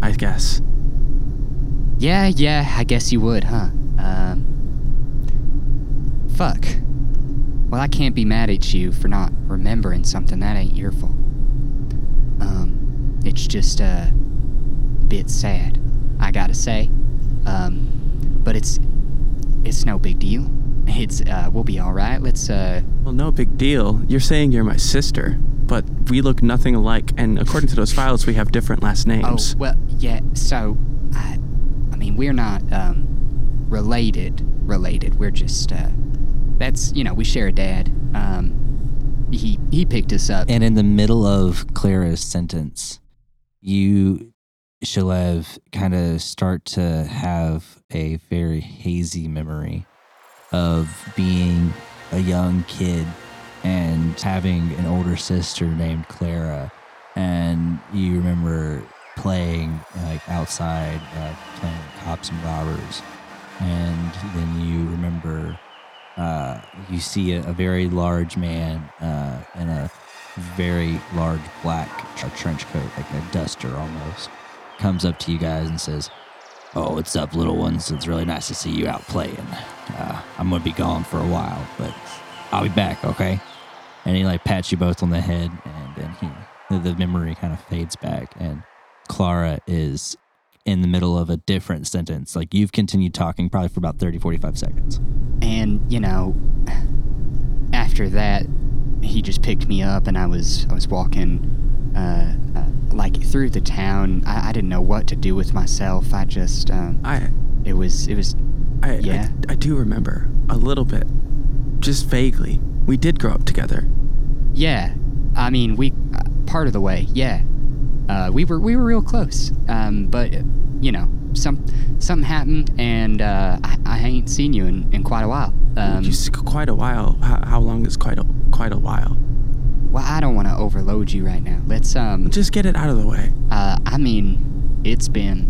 S8: I guess.
S5: Yeah, yeah, I guess you would, huh? Um. Fuck. Well, I can't be mad at you for not remembering something. That ain't your fault. Um, it's just a bit sad, I gotta say. Um, but it's it's no big deal. It's uh, we'll be all right. Let's uh,
S8: Well, no big deal. You're saying you're my sister, but we look nothing alike, and according to those files, we have different last names.
S5: Oh well, yeah. So, I, I mean, we're not um, related. Related. We're just uh, that's you know we share a dad. Um, he he picked us up.
S4: And in the middle of Clara's sentence, you, Shalev, kind of start to have a very hazy memory of being a young kid and having an older sister named Clara. And you remember playing like outside, uh, playing cops and robbers. And then you remember uh, you see a, a very large man uh, in a very large black tr- trench coat, like a duster almost, comes up to you guys and says, Oh, what's up, little ones? It's really nice to see you out playing. Uh, I'm going to be gone for a while, but I'll be back, okay? And he like pats you both on the head, and then he the, the memory kind of fades back, and Clara is in the middle of a different sentence. Like you've continued talking probably for about 30, 45 seconds.
S5: and you know after that he just picked me up and i was i was walking uh, uh like through the town I, I didn't know what to do with myself i just um
S8: I,
S5: it was it was
S8: I,
S5: Yeah.
S8: I, I do remember a little bit, just vaguely. We did grow up together.
S5: yeah i mean we uh, part of the way yeah
S12: Uh, we were we were real close, um, but uh, you know, some something happened, and uh, I, I ain't seen you in, in quite a while. Um,
S8: Just quite a while. How, how long is quite a quite a while?
S12: well, I don't want to overload you right now. Let's um.
S8: Just get it out of the way.
S12: Uh, I mean, it's been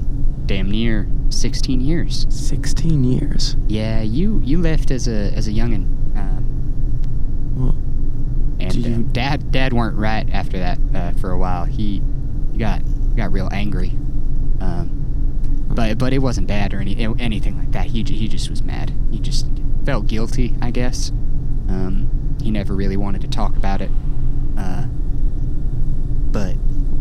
S12: damn near 16 years.
S8: Sixteen years.
S12: Yeah, you you left as a as a youngin, um,
S8: Well,
S12: and
S8: Do
S12: uh,
S8: you-
S12: dad dad weren't right after that uh, for a while. He he got got real angry, um, but but it wasn't bad or any anything like that. He ju- he just was mad. He just felt guilty, I guess. Um, he never really wanted to talk about it. Uh, but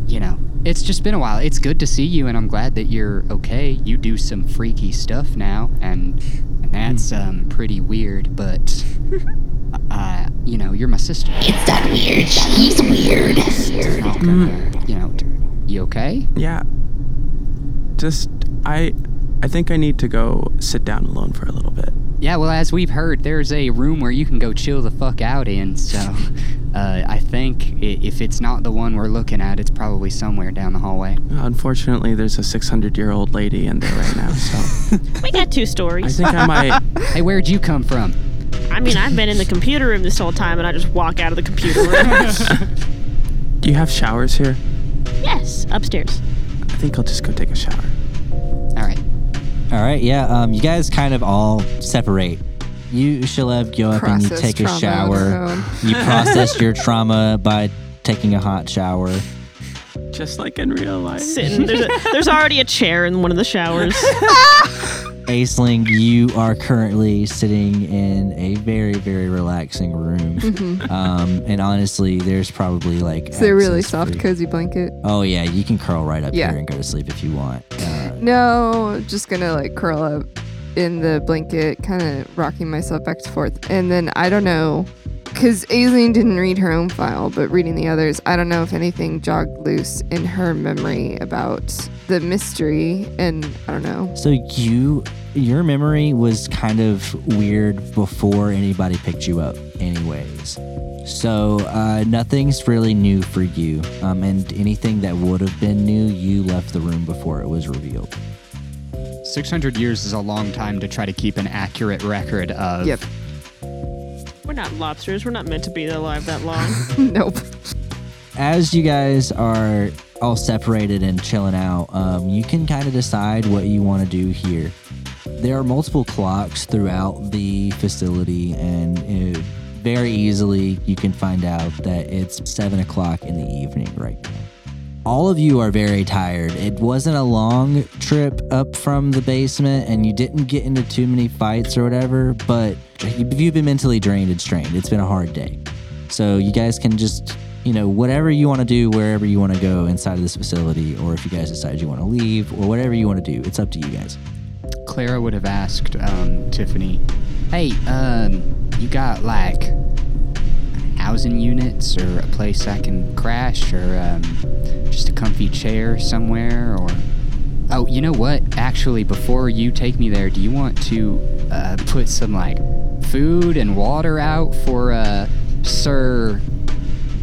S12: you know, it's just been a while. It's good to see you, and I'm glad that you're okay. You do some freaky stuff now, and and that's um pretty weird, but. Uh, you know, you're my sister.
S13: It's that weird. He's weird.
S12: Not gonna, you know, you okay?
S8: yeah. Just I, I think I need to go sit down alone for a little bit.
S12: Yeah, well, as we've heard, there's a room where you can go chill the fuck out in, so uh, I think i- if it's not the one we're looking at, it's probably somewhere down the hallway.
S8: Unfortunately, there's a 600 year old lady in there right now, so
S7: We got two
S8: I
S7: stories.
S8: think I might.
S12: Hey, where'd you come from?
S7: I mean, I've been in the computer room this whole time, and I just walk out of the computer room.
S8: Do you have showers here?
S7: yes, upstairs.
S8: I think I'll just go take a shower.
S12: All right.
S4: All right, yeah. Um, you guys kind of all separate. You, Shalev, go up and you
S6: Process
S4: take a
S6: trauma on their
S4: shower.
S6: own.
S4: You process your trauma by taking a hot shower.
S8: Just like in real life.
S7: Sitting. There's, a, there's already a chair in one of the showers.
S4: Aisling, you are currently sitting in a very, very relaxing room. Um, and honestly, there's probably like.
S6: It's a Mm-hmm. really
S4: access
S6: soft,
S4: for-
S6: cozy blanket.
S4: Oh, yeah. You can curl right up
S6: Yeah.
S4: here and go to sleep if you want. Uh,
S6: No, I'm just gonna like curl up in the blanket, kind of rocking myself back and forth. And then I don't know, because Aileen didn't read her own file, but reading the others, I don't know if anything jogged loose in her memory about the mystery. And I don't know.
S4: so you. Your memory was kind of weird before anybody picked you up, anyways. So uh, nothing's really new for you. Um, and anything that would have been new, you left the room before it was revealed.
S12: 600 years is a long time to try to keep an accurate record of.
S6: Yep.
S7: We're not lobsters. We're not meant to be alive that long.
S6: Nope.
S4: as you guys are all separated and chilling out, um, you can kind of decide what you want to do here. There are multiple clocks throughout the facility, and uh very easily you can find out that it's seven o'clock in the evening right now. All of you are very tired. It wasn't a long trip up from the basement, and you didn't get into too many fights or whatever, but you've been mentally drained and strained. It's been a hard day. So you guys can just, you know, whatever you want to do, wherever you want to go inside of this facility, or if you guys decide you want to leave, or whatever you want to do, it's up to you guys.
S12: Clara would have asked um, Tiffany, "Hey,
S5: uh,
S12: um, you got like housing units or a place I can crash or um, just a comfy chair somewhere or?" Oh, you know what? Actually, before you take me there, do you want to uh, put some like food and water out for uh, Sir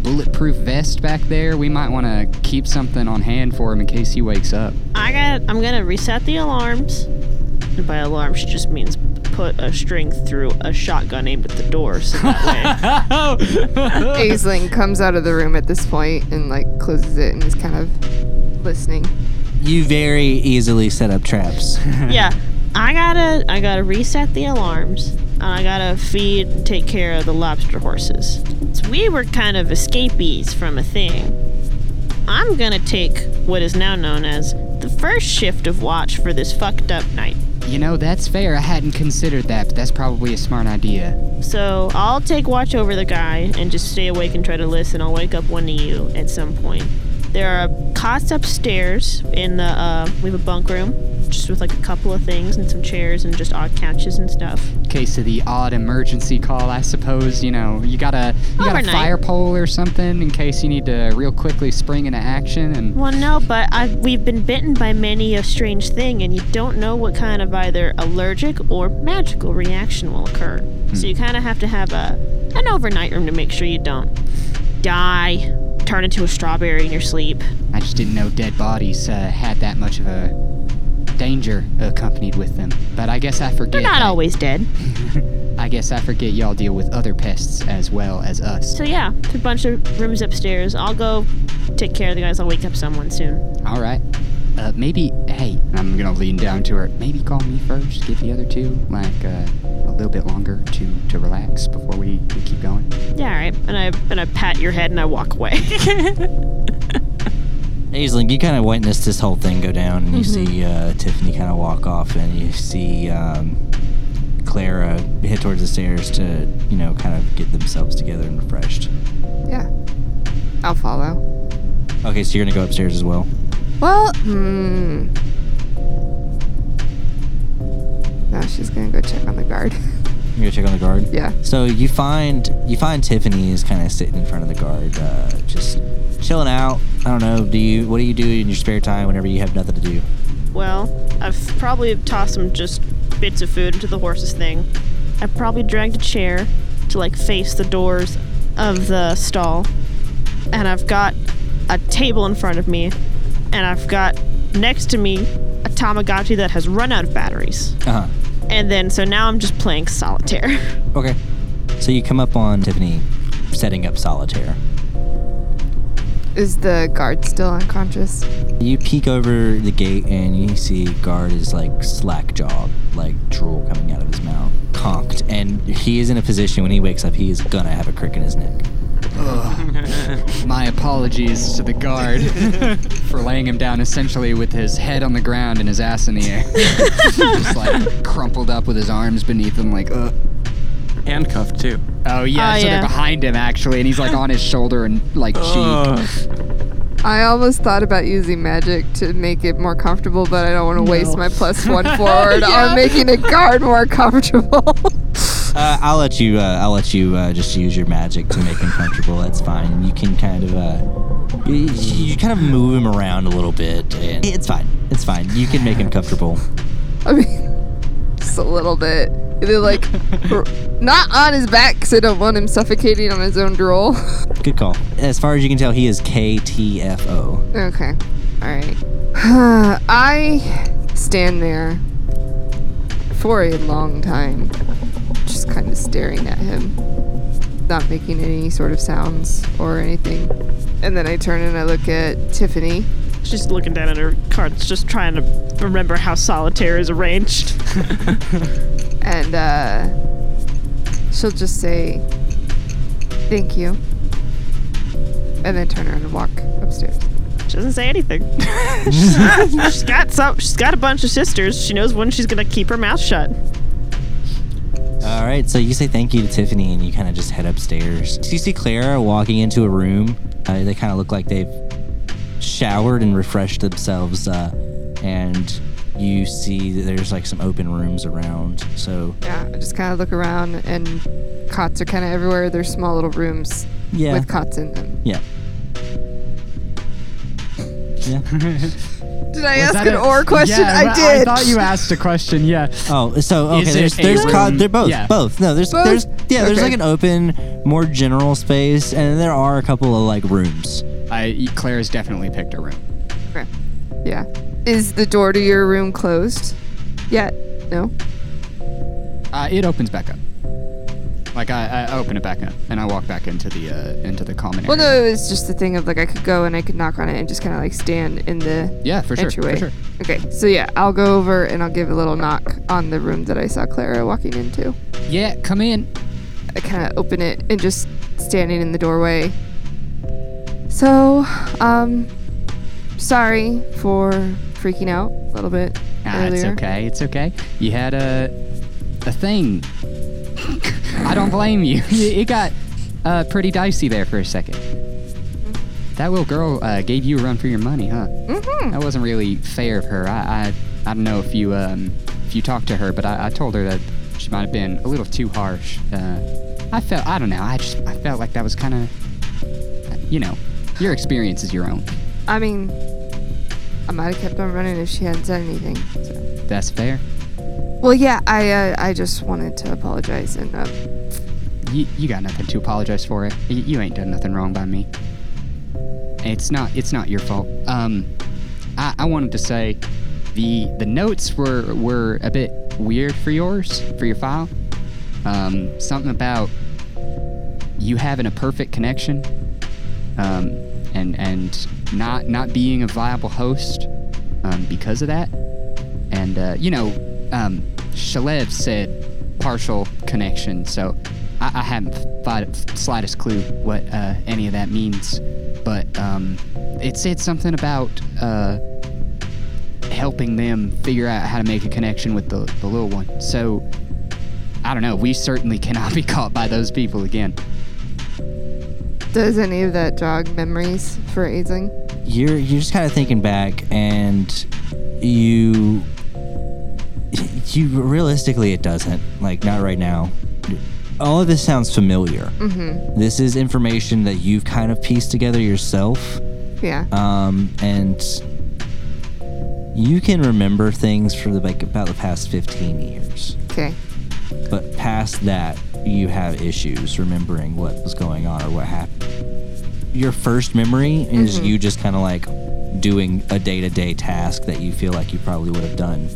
S12: Bulletproof Vest back there? We might want to keep something on hand for him in case he wakes up.
S7: I got. I'm gonna reset the alarms. And by alarms, she just means put a string through a shotgun aimed at the door. So that way,
S6: Aisling comes out of the room at this point and like closes it and is kind of listening.
S4: You very easily set up traps.
S7: yeah. I gotta. I gotta reset the alarms. And I gotta feed, and take care of the lobster horses. So we were kind of escapees from a thing. I'm gonna take what is now known as the first shift of watch for this fucked up night.
S12: You know, that's fair. I hadn't considered that, but that's probably a smart idea.
S7: So I'll take watch over the guy and just stay awake and try to listen. I'll wake up one of you at some point. There are cots upstairs in the uh, we have a bunk room, just with like a couple of things and some chairs and just odd couches and stuff.
S12: Case of the odd emergency call, I suppose. You know, you got a you got a
S7: Overnight.
S12: fire pole or something in case you need to real quickly spring into action. And
S7: Well, no, but i we've been bitten by many a strange thing, and you don't know what kind of either allergic or magical reaction will occur. So you kind of have to have a an overnight room to make sure you don't die turn into a strawberry in your sleep.
S5: I just didn't know dead bodies uh, had that much of a danger accompanied with them. But I guess I forget.
S7: They're not
S5: that-
S7: always dead.
S5: I guess I forget y'all deal with other pests as well as us.
S7: So yeah, there's a bunch of rooms upstairs. I'll go take care of the guys. I'll wake up someone soon.
S5: All right. Uh, maybe, hey, I'm gonna lean down to her. Maybe call me first. Give the other two like uh, a little bit longer to to relax before we, we keep going.
S7: Yeah, all right. And I and I pat your head and I walk away.
S4: Aisling, you kind of witnessed this whole thing go down, and you
S7: Mhm.
S4: see uh, Tiffany kind of walk off, and you see um, Clara head towards the stairs to, you know, kind of get themselves together and refreshed.
S6: Yeah. I'll follow.
S4: Okay, so you're gonna go upstairs as well.
S6: Well, hmm. No, she's gonna go check on the guard.
S4: You're gonna check on the guard.
S6: yeah.
S4: So you find you find Tiffany is kind of sitting in front of the guard, uh, just chilling out. I don't know. Do you? What do you do in your spare time whenever you have nothing to do?
S7: well, I've probably tossed some just bits of food into the horses thing. I probably dragged a chair to like face the doors of the stall, and I've got a table in front of me, and I've got next to me a Tamagotchi that has run out of batteries.
S4: Uh huh.
S7: And then, so now I'm just playing solitaire.
S4: Okay. So you come up on Tiffany setting up solitaire.
S6: Is the guard still unconscious?
S4: You peek over the gate and you see guard is like slack jawed, like drool coming out of his mouth, conked, and he is in a position when he wakes up he is gonna have a crick in his neck.
S5: Ugh. My apologies to the guard for laying him down essentially with his head on the ground and his ass in the air. Just like crumpled up with his arms beneath him, like, ugh.
S8: Handcuffed too.
S5: Oh, yeah,
S6: Oh,
S5: so
S6: yeah.
S5: they're behind him actually, and he's like on his shoulder and like cheek.
S6: I almost thought about using magic to make it more comfortable, but I don't want to waste my plus one forward on
S2: Yeah.
S6: making the guard more comfortable.
S4: Uh, I'll let you. Uh, I'll let you uh, just use your magic to make him comfortable. That's fine. You can kind of. Uh, you, you kind of move him around a little bit, and it's fine. It's fine. You can make him comfortable.
S6: I mean, just a little bit. They're like, r- not on his back because I don't want him suffocating on his own drool.
S4: Good call. As far as you can tell, he is KTFO.
S6: Okay. All right. I stand there for a long time, just kind of staring at him, not making any sort of sounds or anything. And then I turn and I look at Tiffany.
S7: She's looking down at her cards, just trying to remember how solitaire is arranged.
S6: and uh, she'll just say, Thank you. And then turn around and walk upstairs.
S7: She doesn't say anything. she's got some. She's got a bunch of sisters. She knows when she's gonna keep her mouth shut.
S4: All right. So you say thank you to Tiffany, and you kind of just head upstairs. So you see Clara walking into a room. Uh, they kind of look like they've showered and refreshed themselves, uh, and you see that there's like some open rooms around. So
S6: Yeah, I just kind of look around, and cots are kind of everywhere. They're small little rooms
S4: Yeah.
S6: with cots in them.
S4: yeah. Yeah.
S6: Did I
S5: Was
S6: ask
S5: that
S6: an
S5: a-
S6: or question?
S5: Yeah,
S6: I
S5: well,
S6: did.
S5: I thought you asked a question. Yeah.
S4: Oh, so okay.
S5: Is it
S4: There's
S5: a
S4: there's co-
S5: room?
S4: they're both
S5: Yeah.
S4: both. No, there's
S5: Both?
S4: there's yeah there's
S5: Okay.
S4: like an open, more general space, and there are a couple of like rooms.
S5: I Claire's definitely picked a room.
S6: Okay. Yeah. Is the door to your room closed yet? No.
S5: Uh, it opens back up. Like I, I open it back up and I walk back into the uh, into the common
S6: Well,
S5: area.
S6: no, it was just the thing of like I could go and I could knock on it and just kind of like stand in the
S5: Yeah, for sure, for
S6: entryway.
S5: sure.
S6: Okay, so yeah, I'll go over and I'll give a little knock on the room that I saw Clara walking into.
S5: Yeah, come in.
S6: I kind of open it and just standing in the doorway. So, um, sorry for freaking out a little bit
S5: Ah, it's
S6: earlier.
S5: okay. It's okay. You had a a thing. I don't blame you. It got uh, pretty dicey there for a second. That little girl uh, gave you a run for your money, huh?
S6: Mm-hmm.
S5: That wasn't really fair of her. I I, I don't know if you um if you talked to her, but I, I told her that she might have been a little too harsh. Uh, I felt I don't know. I just I felt like that was kind of you know your experience is your own.
S6: I mean, I might have kept on running if she hadn't said anything. so.
S5: That's fair.
S6: Well, yeah, I uh, I just wanted to apologize and uh,
S5: You, you got nothing to apologize for. It. You, you ain't done nothing wrong by me. It's not. It's not your fault. Um, I, I wanted to say, the the notes were were a bit weird for yours for your file. Um, something about you having a perfect connection, um, and and not not being a viable host um, because of that. And uh, you know, um, Shalev said partial connection, so I, I haven't fi- slightest clue what uh, any of that means. But um, it said something about uh, helping them figure out how to make a connection with the, the little one. So I don't know. We certainly cannot be caught by those people again.
S6: Does any of that jog memories for Aisling?
S4: you're you're just kind of thinking back and you you realistically it doesn't like not right now all of this sounds familiar
S6: Mm-hmm.
S4: this is information that you've kind of pieced together yourself
S6: Yeah.
S5: Uh.
S4: um, and you can remember things from the, like about the past 15 years
S6: Okay.
S4: but past that you have issues remembering what was going on or what happened your first memory is you just kind of like doing a day-to-day task that you feel like you probably would have done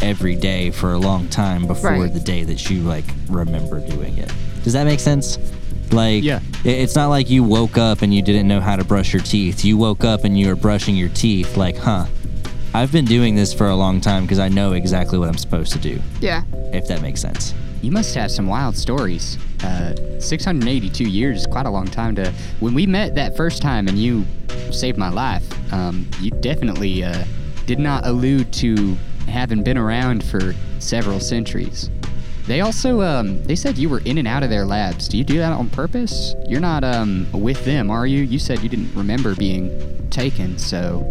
S4: every day for a long time before
S6: Right.
S4: the day that you like remember doing it does that make sense like
S5: Yeah.
S4: i- it's not like you woke up and you didn't know how to brush your teeth you woke up and you were brushing your teeth like huh i've been doing this for a long time because i know exactly what i'm supposed to do
S6: Yeah.
S4: if that makes sense
S5: You must have some wild stories. Uh, 682 years is quite a long time to. When we met that first time and you saved my life, um, you definitely uh, did not allude to having been around for several centuries. They also um, they said you were in and out of their labs. Do you do that on purpose? You're not um, with them, are you? You said you didn't remember being taken, so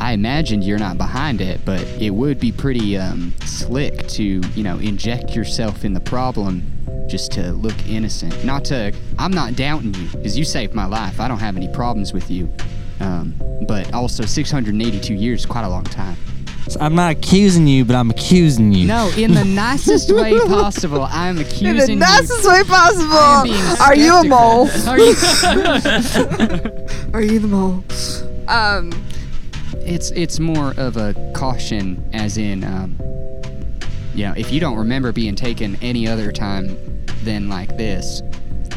S5: I imagined you're not behind it, but it would be pretty um, slick to, you know, inject yourself in the problem just to look innocent. Not to, I'm not doubting you, because you saved my life. I don't have any problems with you. Um, but also, 682 years, is quite a long time.
S4: So I'm not accusing you, but I'm accusing you.
S5: No, in the nicest way possible, I'm accusing
S6: In the
S5: you.
S6: nicest way
S5: I'm
S6: possible.
S5: being
S6: Are you a
S5: skeptical.
S6: mole?
S5: Are you?
S6: Are you the mole? Um.
S5: It's it's more of a caution, as in, um, you know, if you don't remember being taken any other time than like this,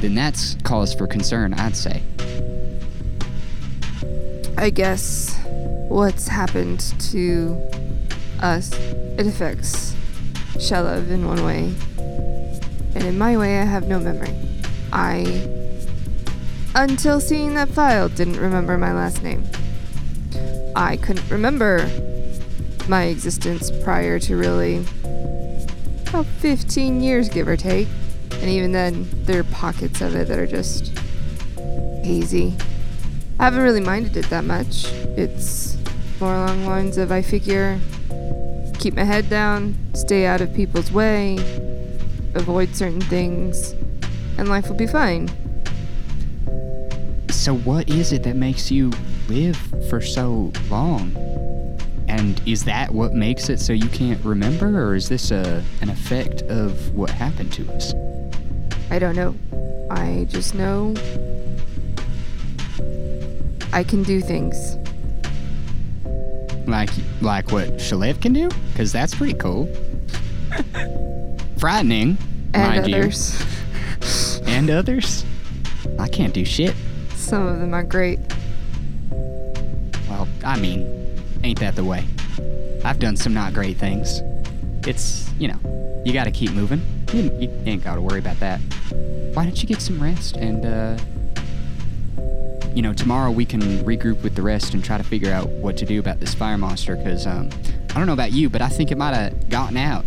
S5: then that's cause for concern, I'd say.
S6: I guess what's happened to us, it affects Shelev in one way. And in my way, I have no memory. I, until seeing that file, didn't remember my last name. I couldn't remember my existence prior to really about 15 years, give or take. And even then, there are pockets of it that are just hazy. I haven't really minded it that much. It's more along the lines of I figure keep my head down, stay out of people's way, avoid certain things, and life will be fine.
S5: So, what is it that makes you live for so long? And is that what makes it so you can't remember, or is this a an effect of what happened to us?
S6: I don't know. I just know I can do things.
S5: Like like what Shalev can do? Because that's pretty cool. Frightening,
S6: And
S5: mind you.
S6: others.
S5: and others. I can't do shit.
S6: Some of them are great.
S5: Well, I mean, ain't that the way? I've done some not great things. It's, you know, you gotta keep moving. You, you ain't gotta worry about that. Why don't you get some rest and, uh, you know, tomorrow we can regroup with the rest and try to figure out what to do about this fire monster, because, um, I don't know about you, but I think it might have gotten out.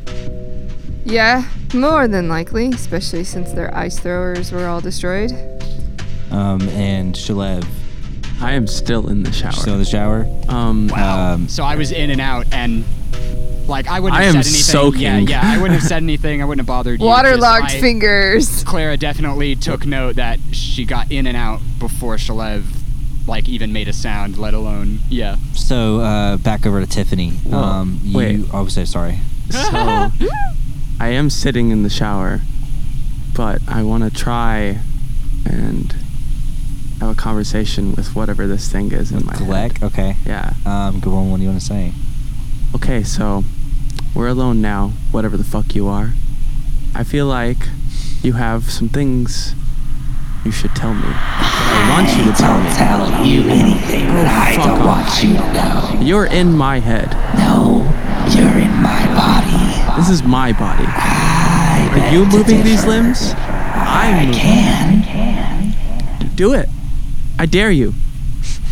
S6: Yeah, more than likely, especially since their ice throwers were all destroyed.
S4: Um, and Shalev,
S8: I am still in the shower.
S4: still in the shower.
S8: um,
S4: Um,
S5: So I was in and out, and, like, I wouldn't
S8: I
S5: have
S8: am
S5: said anything. Yeah,
S8: soaking.
S5: yeah, I wouldn't have said anything. I wouldn't have bothered you.
S6: Waterlogged
S5: just- I-
S6: fingers.
S5: Clara definitely took note that she got in and out before Shalev, like, even made a sound, let alone, yeah.
S4: so uh, back over to Tiffany.
S8: Whoa,
S4: um, you,
S8: wait.
S4: Oh, I'm so sorry.
S8: so I am sitting in the shower, but I want to try and have a conversation with whatever this thing is in my head.
S4: Gleck? Okay.
S8: Yeah.
S4: Um, go on. What do you want to say?
S8: Okay, so we're alone now, whatever the fuck you are. I feel like you have some things you should tell me. That I want you to tell me. Oh,
S10: Tell you anything that I
S8: fuck
S10: don't
S8: off.
S10: want you to know.
S8: You're in my head.
S10: No, you're in my body.
S8: This is my body. Are you moving these limbs? I'm moving.
S10: Can.
S8: Do it. I dare you.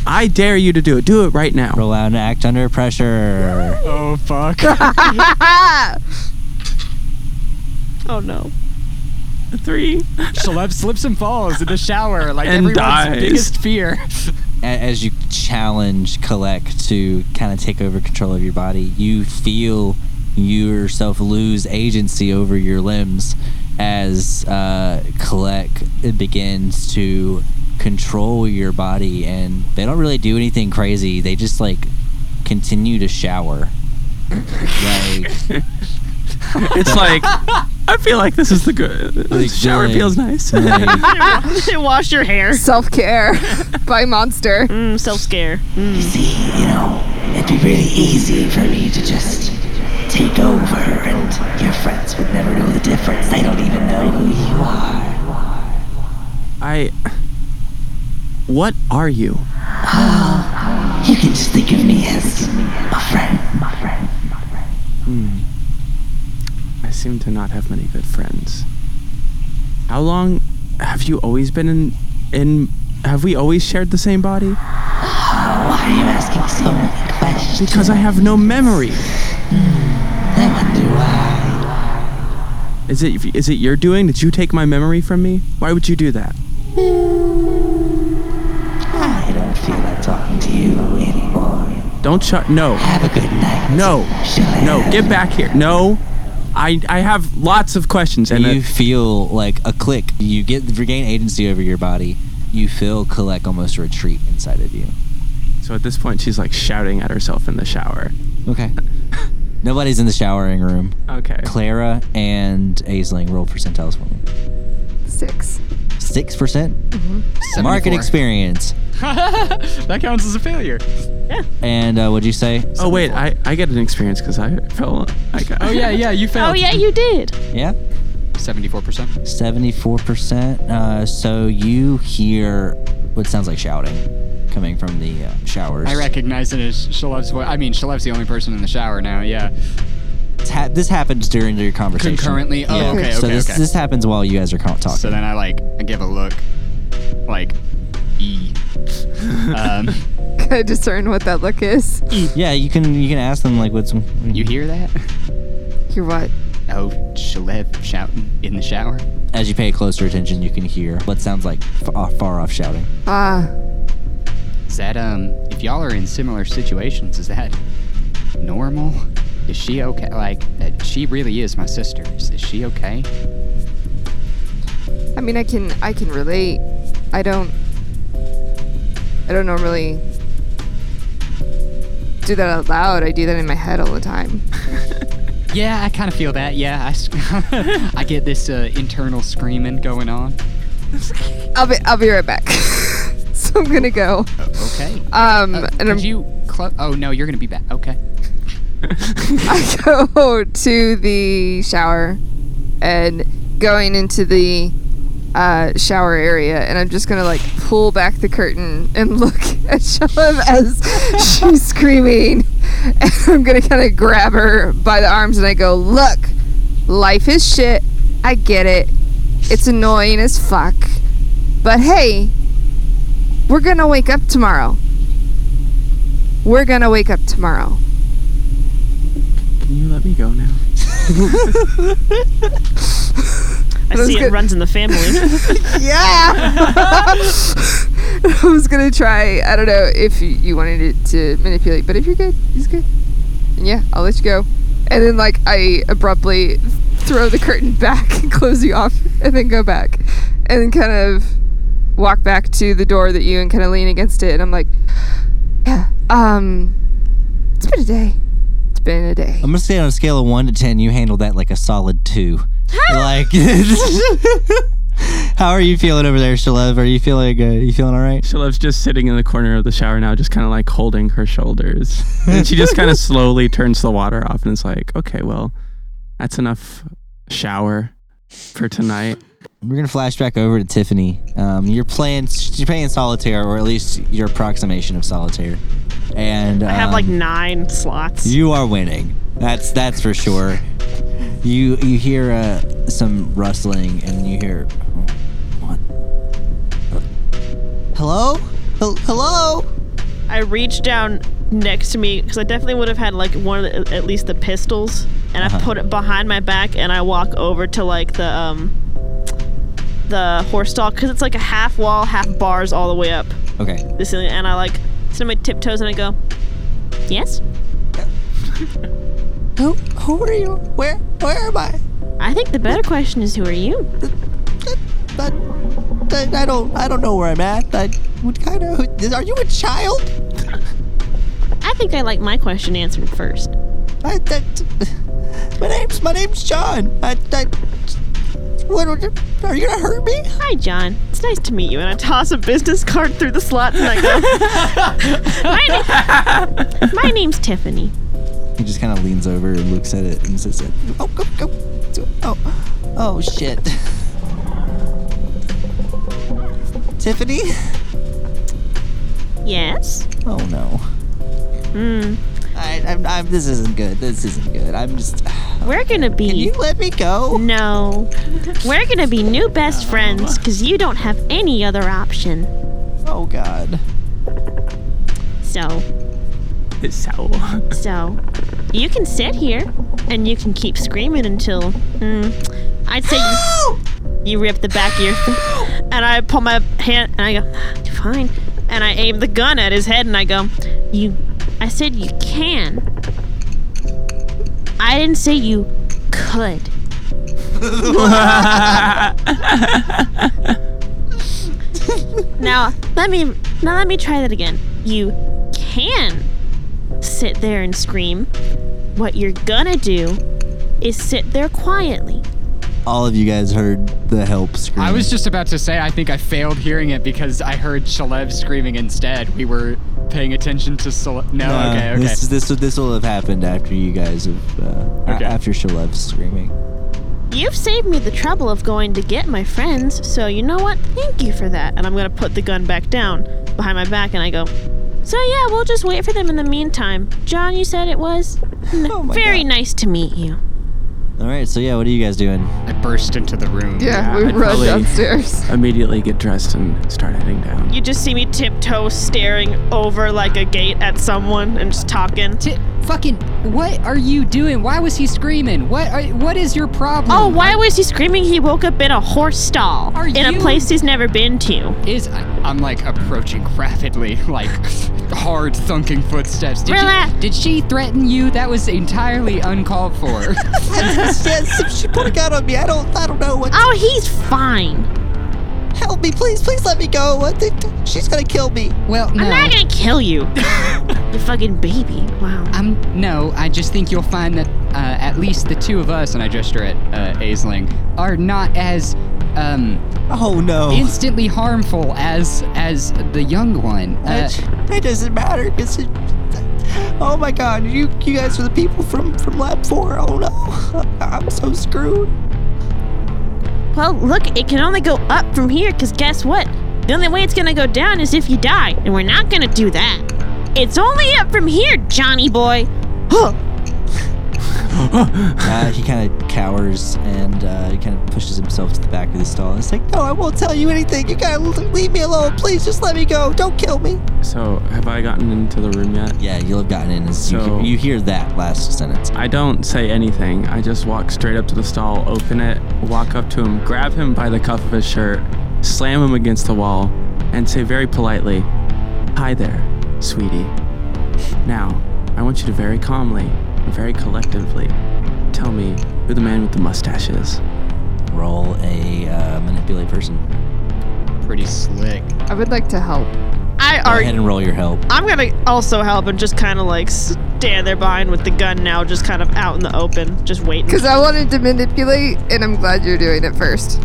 S8: I dare you to do it. Do it right now.
S4: Roll out and act under pressure.
S5: Oh fuck.
S7: Oh no. A three.
S5: Shaleb slips and falls in the shower like
S8: And
S5: everyone's
S8: dies.
S5: biggest fear.
S4: A- as you challenge Collect to kind of take over control of your body, you feel yourself lose agency over your limbs as uh, Collect begins to control your body, and they don't really do anything crazy. They just like continue to shower. like,
S8: It's like I feel like this is the good. The
S4: Like
S8: shower
S4: doing-
S8: feels nice.
S4: like
S7: Did it wash your hair?
S6: Self care by Monster.
S7: Mm, self scare.
S10: You see, you know, it'd be really easy for me to just take over, and your friends would never know the difference. They don't even know who you are.
S8: I. What are you?
S10: You can just think of me as a friend, my friend.
S8: Hmm. I seem to not have many good friends. How long have you always been in? In have we always shared the same body?
S10: Why are you asking so many questions?
S8: Because I have no memory.
S10: I wonder why.
S8: Is it is it your doing? Did you take my memory from me? Why would you do that?
S10: Hmm. I don't feel like talking to you anymore.
S8: Don't shut. No.
S10: Have a good night.
S8: No.
S10: Shalab.
S8: No. Get back here. No. I I have lots of questions and
S4: you
S8: it-
S4: feel like a click. You get regain agency over your body. You feel Collect almost retreat inside of you.
S8: so at this point she's like shouting at herself in the shower.
S4: Okay. Nobody's in the showering room.
S8: Okay.
S4: Clara and Aisling roll percentiles for me.
S6: Six.
S4: Six percent market
S5: 74.
S4: experience.
S5: that counts as a failure.
S4: And uh, what'd you say?
S8: Oh wait, I I get an experience because I fell. I got,
S5: Oh yeah, yeah, you failed.
S7: Oh yeah, you did.
S4: Yeah,
S5: Seventy-four percent.
S4: seventy-four percent. Uh, so you hear what sounds like shouting coming from the uh, showers.
S5: I recognize it as Shalev's voice. I mean, Shalev's the only person in the shower now. Yeah.
S4: It's hap- this happens during your conversation.
S5: Concurrently? Oh, okay,
S4: So
S5: okay,
S4: this
S5: okay.
S4: this happens while you guys are con- talking.
S5: So then I like I give a look, like E. Um,
S6: Can I discern what that look is?
S4: yeah, you can you can ask them like what's
S5: you hear that?
S6: You're what?
S5: Oh, Shalev shouting in the shower.
S4: as you pay closer attention, you can hear what sounds like f- off, far off shouting.
S6: Ah,
S5: Is that um? If y'all are in similar situations, is that normal? Is she okay? Like, uh, she really is my sister. Is, is she okay?
S6: I mean, I can I can relate. I don't I don't normally do that out loud. I do that in my head all the time.
S5: Yeah, I kind of feel that. Yeah, I, s- I get this uh, internal screaming going on.
S6: I'll be I'll be right back. so I'm gonna go.
S5: Okay.
S6: Um,
S5: Uh,
S6: and
S5: could
S6: I'm,
S5: you clo- Oh no, you're gonna be back. Okay.
S6: I go to the shower and going into the uh, shower area, and I'm just gonna like pull back the curtain and look at Shalom as she's screaming. And I'm gonna kind of grab her by the arms and I go, Look, life is shit. I get it. It's annoying as fuck. But hey, we're gonna wake up tomorrow. We're gonna wake up tomorrow.
S8: Can you let me go now?
S7: I
S6: That's
S7: see it
S6: good.
S7: runs in the family.
S6: Yeah. I was gonna try. I don't know if you, you wanted it to manipulate, but if you're good, he's good. And yeah, I'll let you go. And then like I abruptly throw the curtain back and close you off, and then go back, and then kind of walk back to the door that you and kind of lean against it, and I'm like, yeah, um, it's been a day. It's been a day.
S4: I'm gonna say on a scale of one to ten, you handled that like a solid two. like, How are you feeling over there, Shalev? Are you feeling good? you feeling all right?
S8: Shalev's just sitting in the corner of the shower now, just kind of like holding her shoulders. And she just kind of slowly turns the water off and is like, okay, well, that's enough shower for tonight.
S4: We're gonna flash back over to Tiffany. Um, you're playing, you're playing solitaire, or at least your approximation of solitaire. And
S7: I have like
S4: um,
S7: nine slots.
S4: You are winning. That's that's for sure. You you hear uh, some rustling and you hear what? Hello? Hel- Hello?
S7: I reached down next to me because I definitely would have had like one of the, at least the pistols, and I
S4: Uh-huh.
S7: put it behind my back and I walk over to like the um the horse stall because it's like a half wall, half bars all the way up
S4: Okay.
S7: the ceiling, and I like sit on my tiptoes and I go, yes.
S4: Who who are you? Where where am I?
S7: I think the better question is who are you?
S4: I, I don't I don't know where I'm at. I what kind of are you a child?
S7: I think I like my question answered first.
S4: I, that, my name's my name's John. I, I what are you are you gonna hurt me?
S7: Hi, John. It's nice to meet you. And I toss a business card through the slot and I go, my, na- my name's Tiffany.
S4: He just kind of leans over and looks at it and says, "Oh go go, oh oh shit." Tiffany?
S7: Yes?
S4: Oh no.
S7: Hmm.
S4: I, I'm, I'm, this isn't good. This isn't good. I'm just.
S7: We're gonna be. Can you
S4: let me go?
S7: No. We're gonna be new best friends because you don't have any other option.
S4: Oh God.
S7: So,
S8: So,
S7: so. You can sit here and you can keep screaming until. Mm, I'd say you, you rip the back of your. and I pull my hand and I go, "Ah, fine. And I aim the gun at his head and I go, you. I said you can. I didn't say you could. Now let me now let me try that again. You can sit there and scream. What you're gonna do is sit there quietly.
S4: All of you guys heard the help scream.
S5: I was just about to say, I think I failed hearing it because I heard Shalev screaming instead. We were paying attention to Shalev. No,
S4: Uh,
S5: okay, okay.
S4: This this this will have happened after you guys have uh, a-
S5: Okay.
S4: after Shalev's screaming.
S7: You've saved me the trouble of going to get my friends, so you know what? Thank you for that. And I'm gonna put the gun back down behind my back and I go, So yeah, we'll just wait for them in the meantime. John, you said it was? N-
S12: Oh
S4: my
S7: very nice to meet you.
S4: All right, so yeah, what are you guys doing?
S5: I burst into the room.
S6: Yeah, we
S8: I'd
S6: run
S8: probably
S6: downstairs.
S8: Immediately get dressed and start heading down.
S7: You just see me tiptoe staring over like a gate at someone and just talking.
S12: T- fucking, what are you doing? Why was he screaming? What are, What is your problem?
S7: Oh, why was he screaming? He woke up in a horse stall
S12: Are
S7: in a
S12: you-
S7: place he's never been to.
S5: Is I, I'm like approaching rapidly, like hard thunking footsteps. Did,
S7: Relax.
S12: She, did she threaten you? That was entirely uncalled for.
S4: yes, she put a gun on me. I don't I don't know what.
S7: Oh, he's fine.
S4: Help me, please, please let me go. What the- she's gonna kill me.
S12: well, no.
S7: I'm not gonna kill you. you fucking baby. Wow.
S12: I'm.
S5: Um, No, I just think you'll find that uh, at least the two of us, and I gesture at uh, Aisling, are not as um,
S4: Oh no.
S5: instantly harmful as as the young one. Uh,
S4: That- that doesn't matter because it. Oh my God, you you guys are the people from from Lab Four. Oh no, I'm so screwed.
S7: Well, look, it can only go up from here, because guess what? The only way it's gonna go down is if you die, and we're not gonna do that. It's only up from here, Johnny boy. Huh.
S4: Uh, he kind of cowers and uh, he kind of pushes himself to the back of the stall. It's like, no, I won't tell you anything. You gotta l- leave me alone. Please just let me go. Don't kill me.
S8: So, have I gotten into the room yet?
S4: Yeah, you'll have gotten in. As
S8: So-
S4: you, you hear that last sentence.
S8: I don't say anything. I just walk straight up to the stall, open it, walk up to him, grab him by the cuff of his shirt, slam him against the wall, and say very politely, Hi there, sweetie. Now, I want you to very calmly, very collectively, tell me who the man with the mustache is.
S4: Roll a uh, manipulate person.
S5: pretty slick.
S6: I would like to help.
S7: I
S4: Go
S7: are.
S4: ahead and roll your help.
S7: I'm gonna also help and just kind of like stand there behind with the gun now, just kind of out in the open, just waiting.
S6: Because I wanted to manipulate, and I'm glad you're doing it first.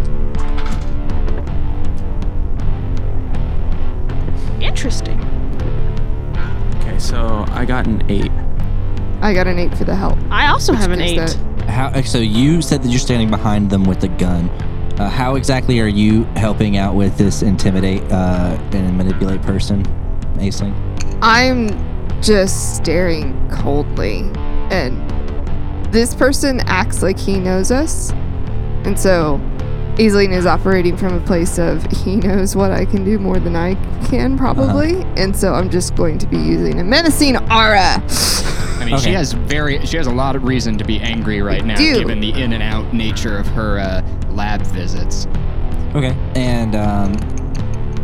S7: Interesting.
S8: Okay, so I got an eight.
S6: I got an eight for the help.
S7: I also have an eight.
S4: How? So you said that you're standing behind them with a gun. Uh, how exactly are you helping out with this intimidate uh, and manipulate person, Aisling?
S6: I'm just staring coldly, and this person acts like he knows us, and so Aislinn is operating from a place of he knows what I can do more than I can probably, and so I'm just going to be using a menacing aura.
S5: I mean, she has very she has a lot of reason to be angry right now,
S6: do.
S5: given the in and out nature of her uh, lab visits.
S4: Okay. And um,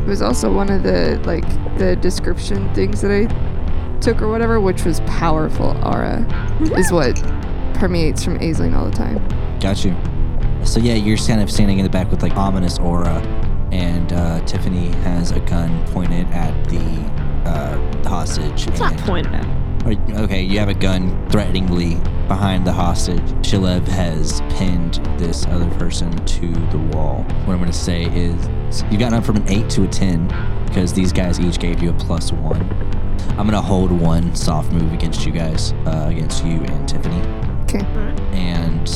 S6: It was also one of the like the description things that I took or whatever, which was powerful aura, is what permeates from Aisling all the time.
S4: got you. So yeah, you're kind of standing in the back with like ominous aura, and uh, Tiffany has a gun pointed at the uh, hostage.
S7: It's not
S4: and-
S7: pointed at.
S4: Or- Okay, you have a gun threateningly behind the hostage. Shilev has pinned this other person to the wall. What I'm going to say is you've gotten up from an 8 to a 10 because these guys each gave you a plus 1. I'm going to hold one soft move against you guys, uh, against you and Tiffany.
S6: Okay.
S4: And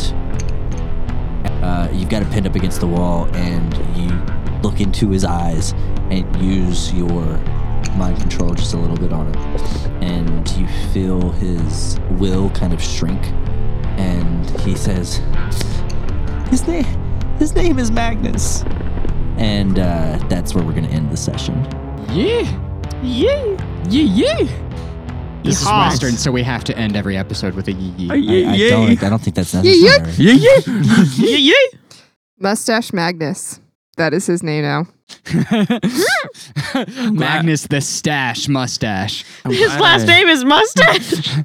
S4: uh, you've got it pinned up against the wall and you look into his eyes and use your mind control just a little bit on it and you feel his will kind of shrink and he says his name his name is magnus and uh, that's where we're gonna end the session
S5: Yeah,
S7: Yay!
S5: yeah, yeah. This
S7: Yeehaw.
S5: is Western, so we have to end every episode with a yee.
S4: I, I don't i don't think that's
S6: Yeah, yeah.
S4: necessary
S8: Yeah, yeah.
S7: Yay! Yay!
S6: Mustache Magnus. That is his name now.
S5: Magnus the stash mustache.
S8: I'm
S7: His
S8: glad
S7: last
S8: I-
S7: name is Mustache.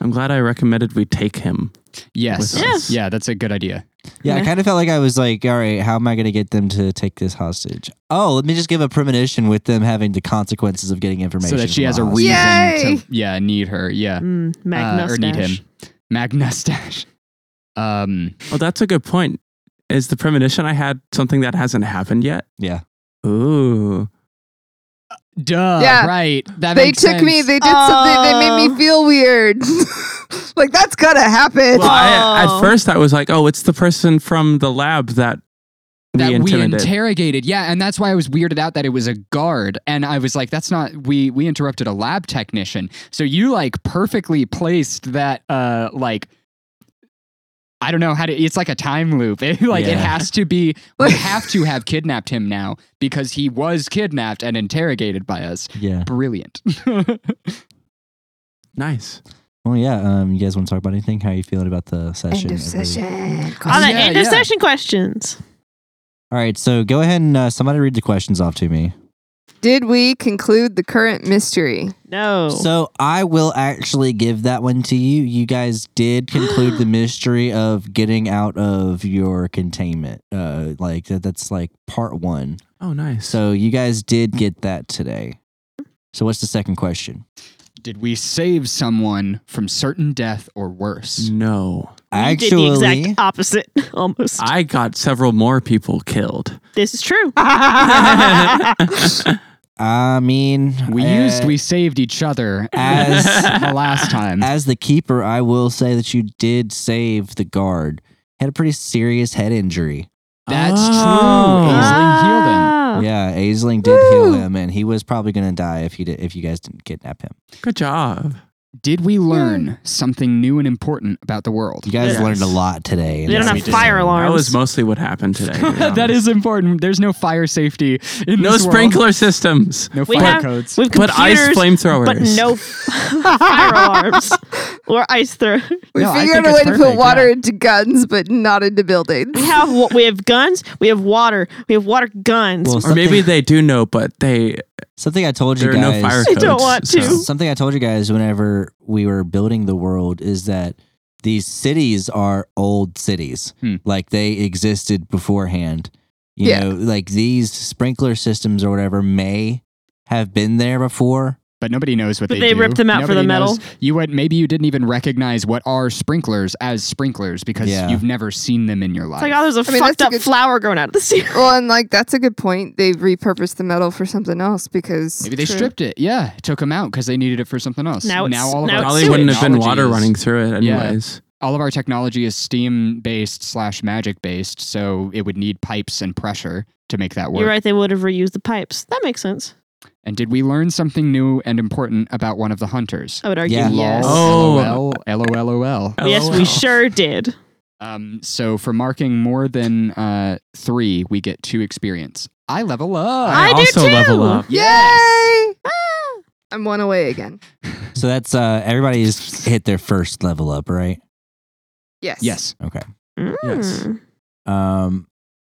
S8: I'm glad I recommended we take him.
S5: Yes.
S8: With us.
S5: Yeah, that's a good idea.
S4: yeah i kind of felt like i was like all right how am i gonna get them to take this hostage oh let me just give a premonition with them having the consequences of getting information
S5: So that she
S4: from
S5: has a
S4: hostage.
S5: reason
S6: Yay!
S5: to yeah, need her. Yeah.
S7: mm,
S5: Uh,
S7: Magnustache.
S5: or need him. Magnustache. Um
S8: Well, that's a good point. Is the premonition I had something that hasn't happened yet?
S4: Yeah.
S8: Ooh.
S5: duh,
S6: Yeah.
S5: right. That
S6: they
S5: makes
S6: took me.
S5: sense. Oh.
S6: They did something that made me feel weird. like that's gotta happen.
S8: Well, I, at
S7: Oh.
S8: first I was like, oh, it's the person from the lab that,
S5: that
S8: we
S5: we,
S8: intimidated.
S5: interrogated. Yeah, and that's why I was weirded out that it was a guard. And I was like, that's not we we interrupted a lab technician. So you like perfectly placed that uh like I don't know how to it's like a time loop. It, like it
S8: Yeah.
S5: has to be we have to have kidnapped him now because he was kidnapped and interrogated by us.
S4: yeah
S5: Brilliant.
S8: nice.
S4: well yeah um you guys want to talk about anything how are you feeling about the session
S6: End of
S4: Everybody-
S6: session.
S7: On the
S5: Yeah,
S7: end
S5: yeah.
S7: of session questions.
S4: all right so go ahead and uh, somebody read the questions off to me
S6: Did we conclude the current mystery?
S7: No.
S4: So I will actually give that one to you. You guys did conclude the mystery of getting out of your containment. Uh, like that, that's like part one.
S8: Oh, nice.
S4: So you guys did get that today. So what's the second question?
S5: Did we save someone from certain death or worse?
S8: Mm. no,
S7: You did the exact opposite almost.
S8: I got several more people killed.
S7: this is true.
S4: I mean,
S5: We
S4: uh,
S8: Eh.
S5: used we saved each other
S4: as-
S5: the last time.
S4: as the keeper. I will say that you did save the guard. Had a pretty serious head injury.
S5: That's
S8: Oh.
S5: true. Aisling healed him.
S7: Ah.
S4: Yeah, Aisling did heal him, and he was probably gonna die if he did, if you guys didn't kidnap him.
S8: Good job.
S5: Did we learn something new and important about the world?
S4: You guys
S8: Yes.
S4: learned a lot today.
S7: They don't
S4: That's
S7: have
S4: what
S7: fire
S4: I'm saying.
S7: alarms.
S8: That was mostly what happened today. to be
S5: that
S8: honest.
S5: is important. There's no fire safety in
S8: no
S5: this world.
S8: sprinkler systems,
S5: No
S7: We
S5: fire
S7: have-
S5: codes.
S7: With
S8: but ice
S7: computers,
S8: flamethrowers.
S7: But no fire alarms or ice throw.
S6: We
S5: No, I
S6: figured
S5: think
S6: out a way
S5: it's
S6: to put
S5: perfect,
S6: water
S5: yeah.
S6: into guns, but not into buildings.
S7: We have wa- we have guns. We have water. We have water guns.
S4: Well,
S8: Or maybe
S4: something-
S8: they do know, but they
S4: Something I told you
S8: there are no
S4: guys.
S8: fire
S7: I
S8: codes.
S7: don't want to.
S8: so-
S4: Something I told you guys whenever we were building the world is that these cities are old cities.
S5: Hmm.
S4: Like they existed beforehand. You
S6: Yeah.
S4: know, like these sprinkler systems or whatever may have been there before,
S5: but nobody knows what
S7: But
S5: they,
S7: they
S5: do.
S7: ripped them out for the
S5: Nobody
S7: metal.
S5: knows. You would maybe you didn't even recognize what are sprinklers as sprinklers because
S4: Yeah.
S5: you've never seen them in your life.
S7: It's like, oh, there's a
S6: I mean,
S7: fucked
S6: that's a
S7: up
S6: good-
S7: flower growing out of the sea.
S6: Well, and like that's a good point. They repurposed the metal for something else because
S5: Maybe they stripped it. Yeah, took them out because they needed it for something else.
S7: Now it's-
S5: all of
S7: now
S5: our
S7: it's
S8: Probably wouldn't have been
S5: technology
S8: water
S5: is-
S8: running through it,
S5: Yeah.
S8: anyways.
S5: All of our technology is steam based slash magic based, so it would need pipes and pressure to make that work.
S7: You're right. They would have reused the pipes. That makes sense.
S5: And did we learn something new and important about one of the hunters?
S7: I would argue.
S4: Yeah.
S7: Yes.
S5: Oh, LOL, LOL.
S7: Yes, we sure did.
S5: Um, so for marking more than uh, three, we get two experience. I level up.
S7: I do
S8: also
S7: too!
S8: level up.
S6: Yay! I'm one away again.
S4: So that's uh everybody's hit their first level up, right?
S6: Yes.
S5: Yes.
S4: Okay.
S8: Yes.
S7: Mm.
S4: Um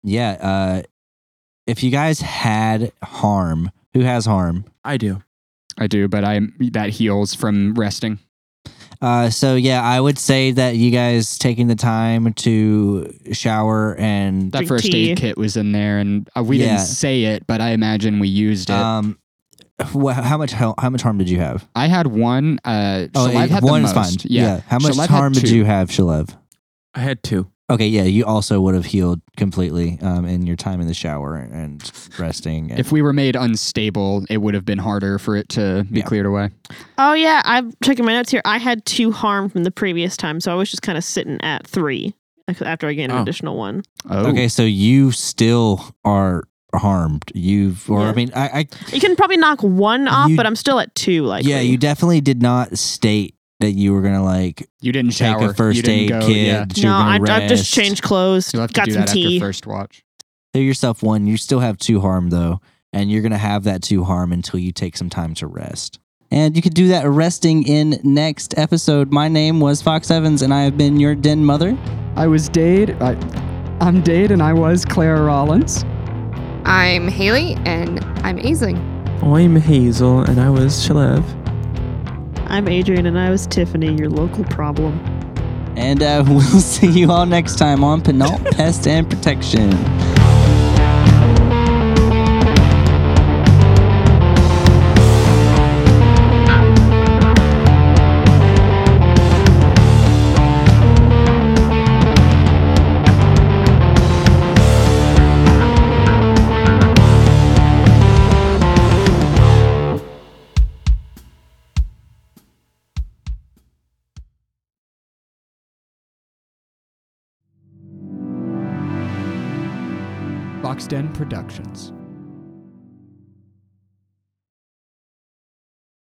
S4: yeah, uh if you guys had harm, who has harm?
S8: I do.
S5: I do, but I that heals from resting.
S4: Uh so yeah, I would say that you guys taking the time to shower and
S5: That
S7: Drink
S5: first
S7: tea.
S5: aid kit was in there, and uh, we
S4: Yeah.
S5: didn't say it, but I imagine we used it.
S4: um wh- how much hel- how much harm did you have?
S5: I had one. Uh, Shalev
S4: eh,
S5: had the
S4: one is fine.
S5: most.
S4: Yeah. How much
S5: Shalev had
S4: harm did
S5: two.
S4: you have, Shalev?
S8: I had two.
S4: Okay, yeah, you also would have healed completely um, in your time in the shower and resting. and-
S5: If we were made unstable, it would have been harder for it to be
S4: Yeah.
S5: cleared away.
S7: Oh yeah, I'm checking my notes here. I had two harm from the previous time, so I was just kind of sitting at three like, after I gained an
S8: Oh.
S7: additional one.
S5: Oh,
S4: Okay, so you still are harmed. You've, or I
S7: Yeah.
S4: mean, I,
S7: You can probably knock one off,
S4: You-
S7: but I'm still at two.
S4: I
S7: Like
S4: yeah, you definitely did not state that you were gonna like
S5: you didn't
S4: take
S5: shower.
S4: a
S5: you
S4: first
S5: didn't
S4: aid
S5: go,
S4: kid.
S5: Yeah.
S4: you were
S7: No, I,
S4: gonna
S7: I've
S4: rest.
S7: just changed clothes.
S5: You'll have to
S7: got
S5: do
S7: some
S5: that
S7: tea.
S5: after first watch.
S4: Do yourself one. You still have two harm though, and you're gonna have that two harm until you take some time to rest. And you could do that resting in next episode. My name was Fox Evans, and I have been your den mother.
S5: I was Dade. I, I'm Dade, and I was Clara Rollins.
S6: I'm Haley and I'm Aisling.
S8: I'm Hazel, and I was Shalev.
S7: I'm Adrian, and I was Tiffany, your local problem.
S4: And uh, we'll see you all next time on Penal Pest and Protection.
S5: Boxden Productions.